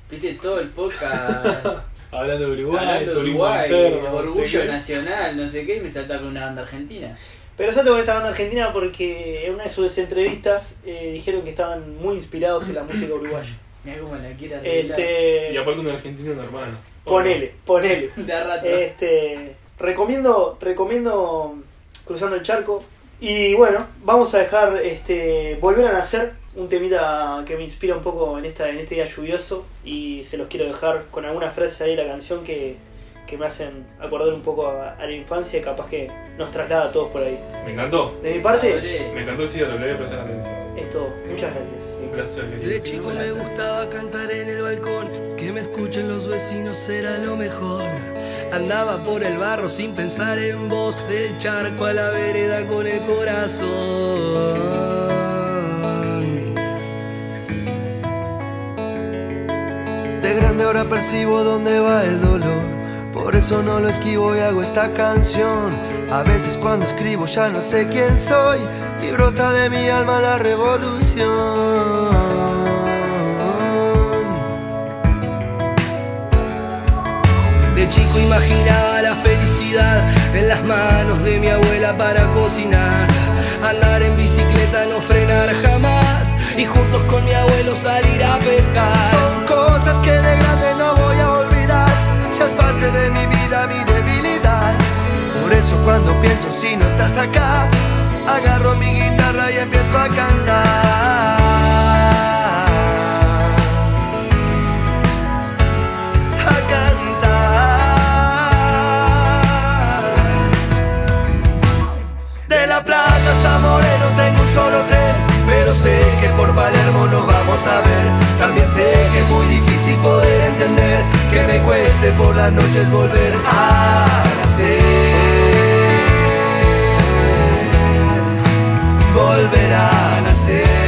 S4: Tuviste
S2: (laughs)
S4: todo el podcast
S2: Hablando de Uruguay,
S4: hablando de
S2: turismo
S4: Uruguay,
S2: interno, no sé
S4: orgullo
S2: qué.
S4: nacional, no sé qué, y me salta con una banda argentina.
S1: Pero yo tengo esta banda argentina porque en una de sus entrevistas eh, dijeron que estaban muy inspirados en la música uruguaya.
S4: Mirá cómo la quiera arreglar.
S2: Y
S1: Este,
S2: aparte un argentino normal.
S1: ponele, ponele.
S4: (laughs) De a rato.
S1: Este, recomiendo, recomiendo cruzando el charco. Y bueno, vamos a dejar este, volver a nacer un temita que me inspira un poco en esta en este día lluvioso y se los quiero dejar con alguna frase ahí de la canción que, que me hacen acordar un poco a, a la infancia y capaz que nos traslada a todos por ahí.
S2: Me encantó.
S1: De mi parte,
S4: Adoré.
S2: Me encantó el cigarro, le voy a prestar atención.
S1: esto. Muchas gracias.
S2: Un placer. querido.
S7: De chico me gustaba cantar en el balcón, que me escuchen los vecinos era lo mejor. Andaba por el barro sin pensar en vos, del charco a la vereda con el corazón. De grande ahora percibo dónde va el dolor, por eso no lo esquivo y hago esta canción. A veces cuando escribo ya no sé quién soy y brota de mi alma la revolución. De chico imaginaba la felicidad en las manos de mi abuela para cocinar. Andar en bicicleta, no frenar jamás. Y juntos con mi abuelo salir a pescar. Son cosas que de grande no voy a olvidar. Ya es parte de mi vida pienso cuando pienso si no estás acá. Agarro mi guitarra y empiezo a cantar. A cantar. De La Plata hasta Moreno tengo un solo tren Pero sé que por Palermo nos vamos a ver También sé que es muy difícil poder entender Que me cueste por las noches volver a nacer Volver a nacer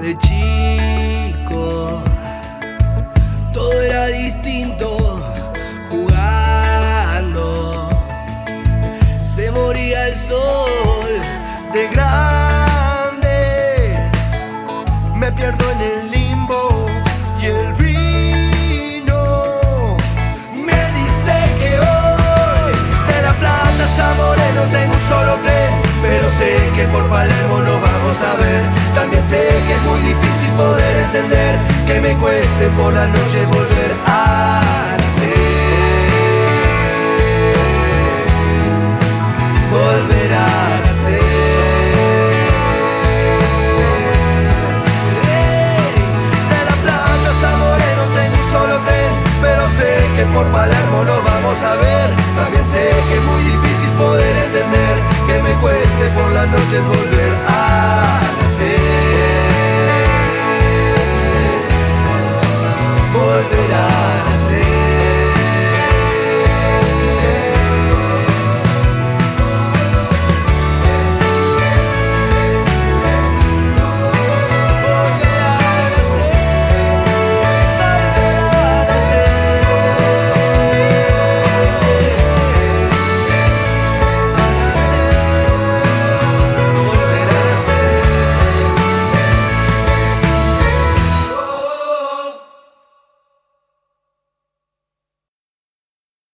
S7: de chico. Todo era distinto, jugando. Se moría el sol de grande. Me pierdo en el limbo y el vino me dice que hoy de La Plata hasta Moreno tengo un solo tren Pero sé que por Palermo nos vamos a ver También sé que es muy difícil poder entender Que me cueste por la noche volver a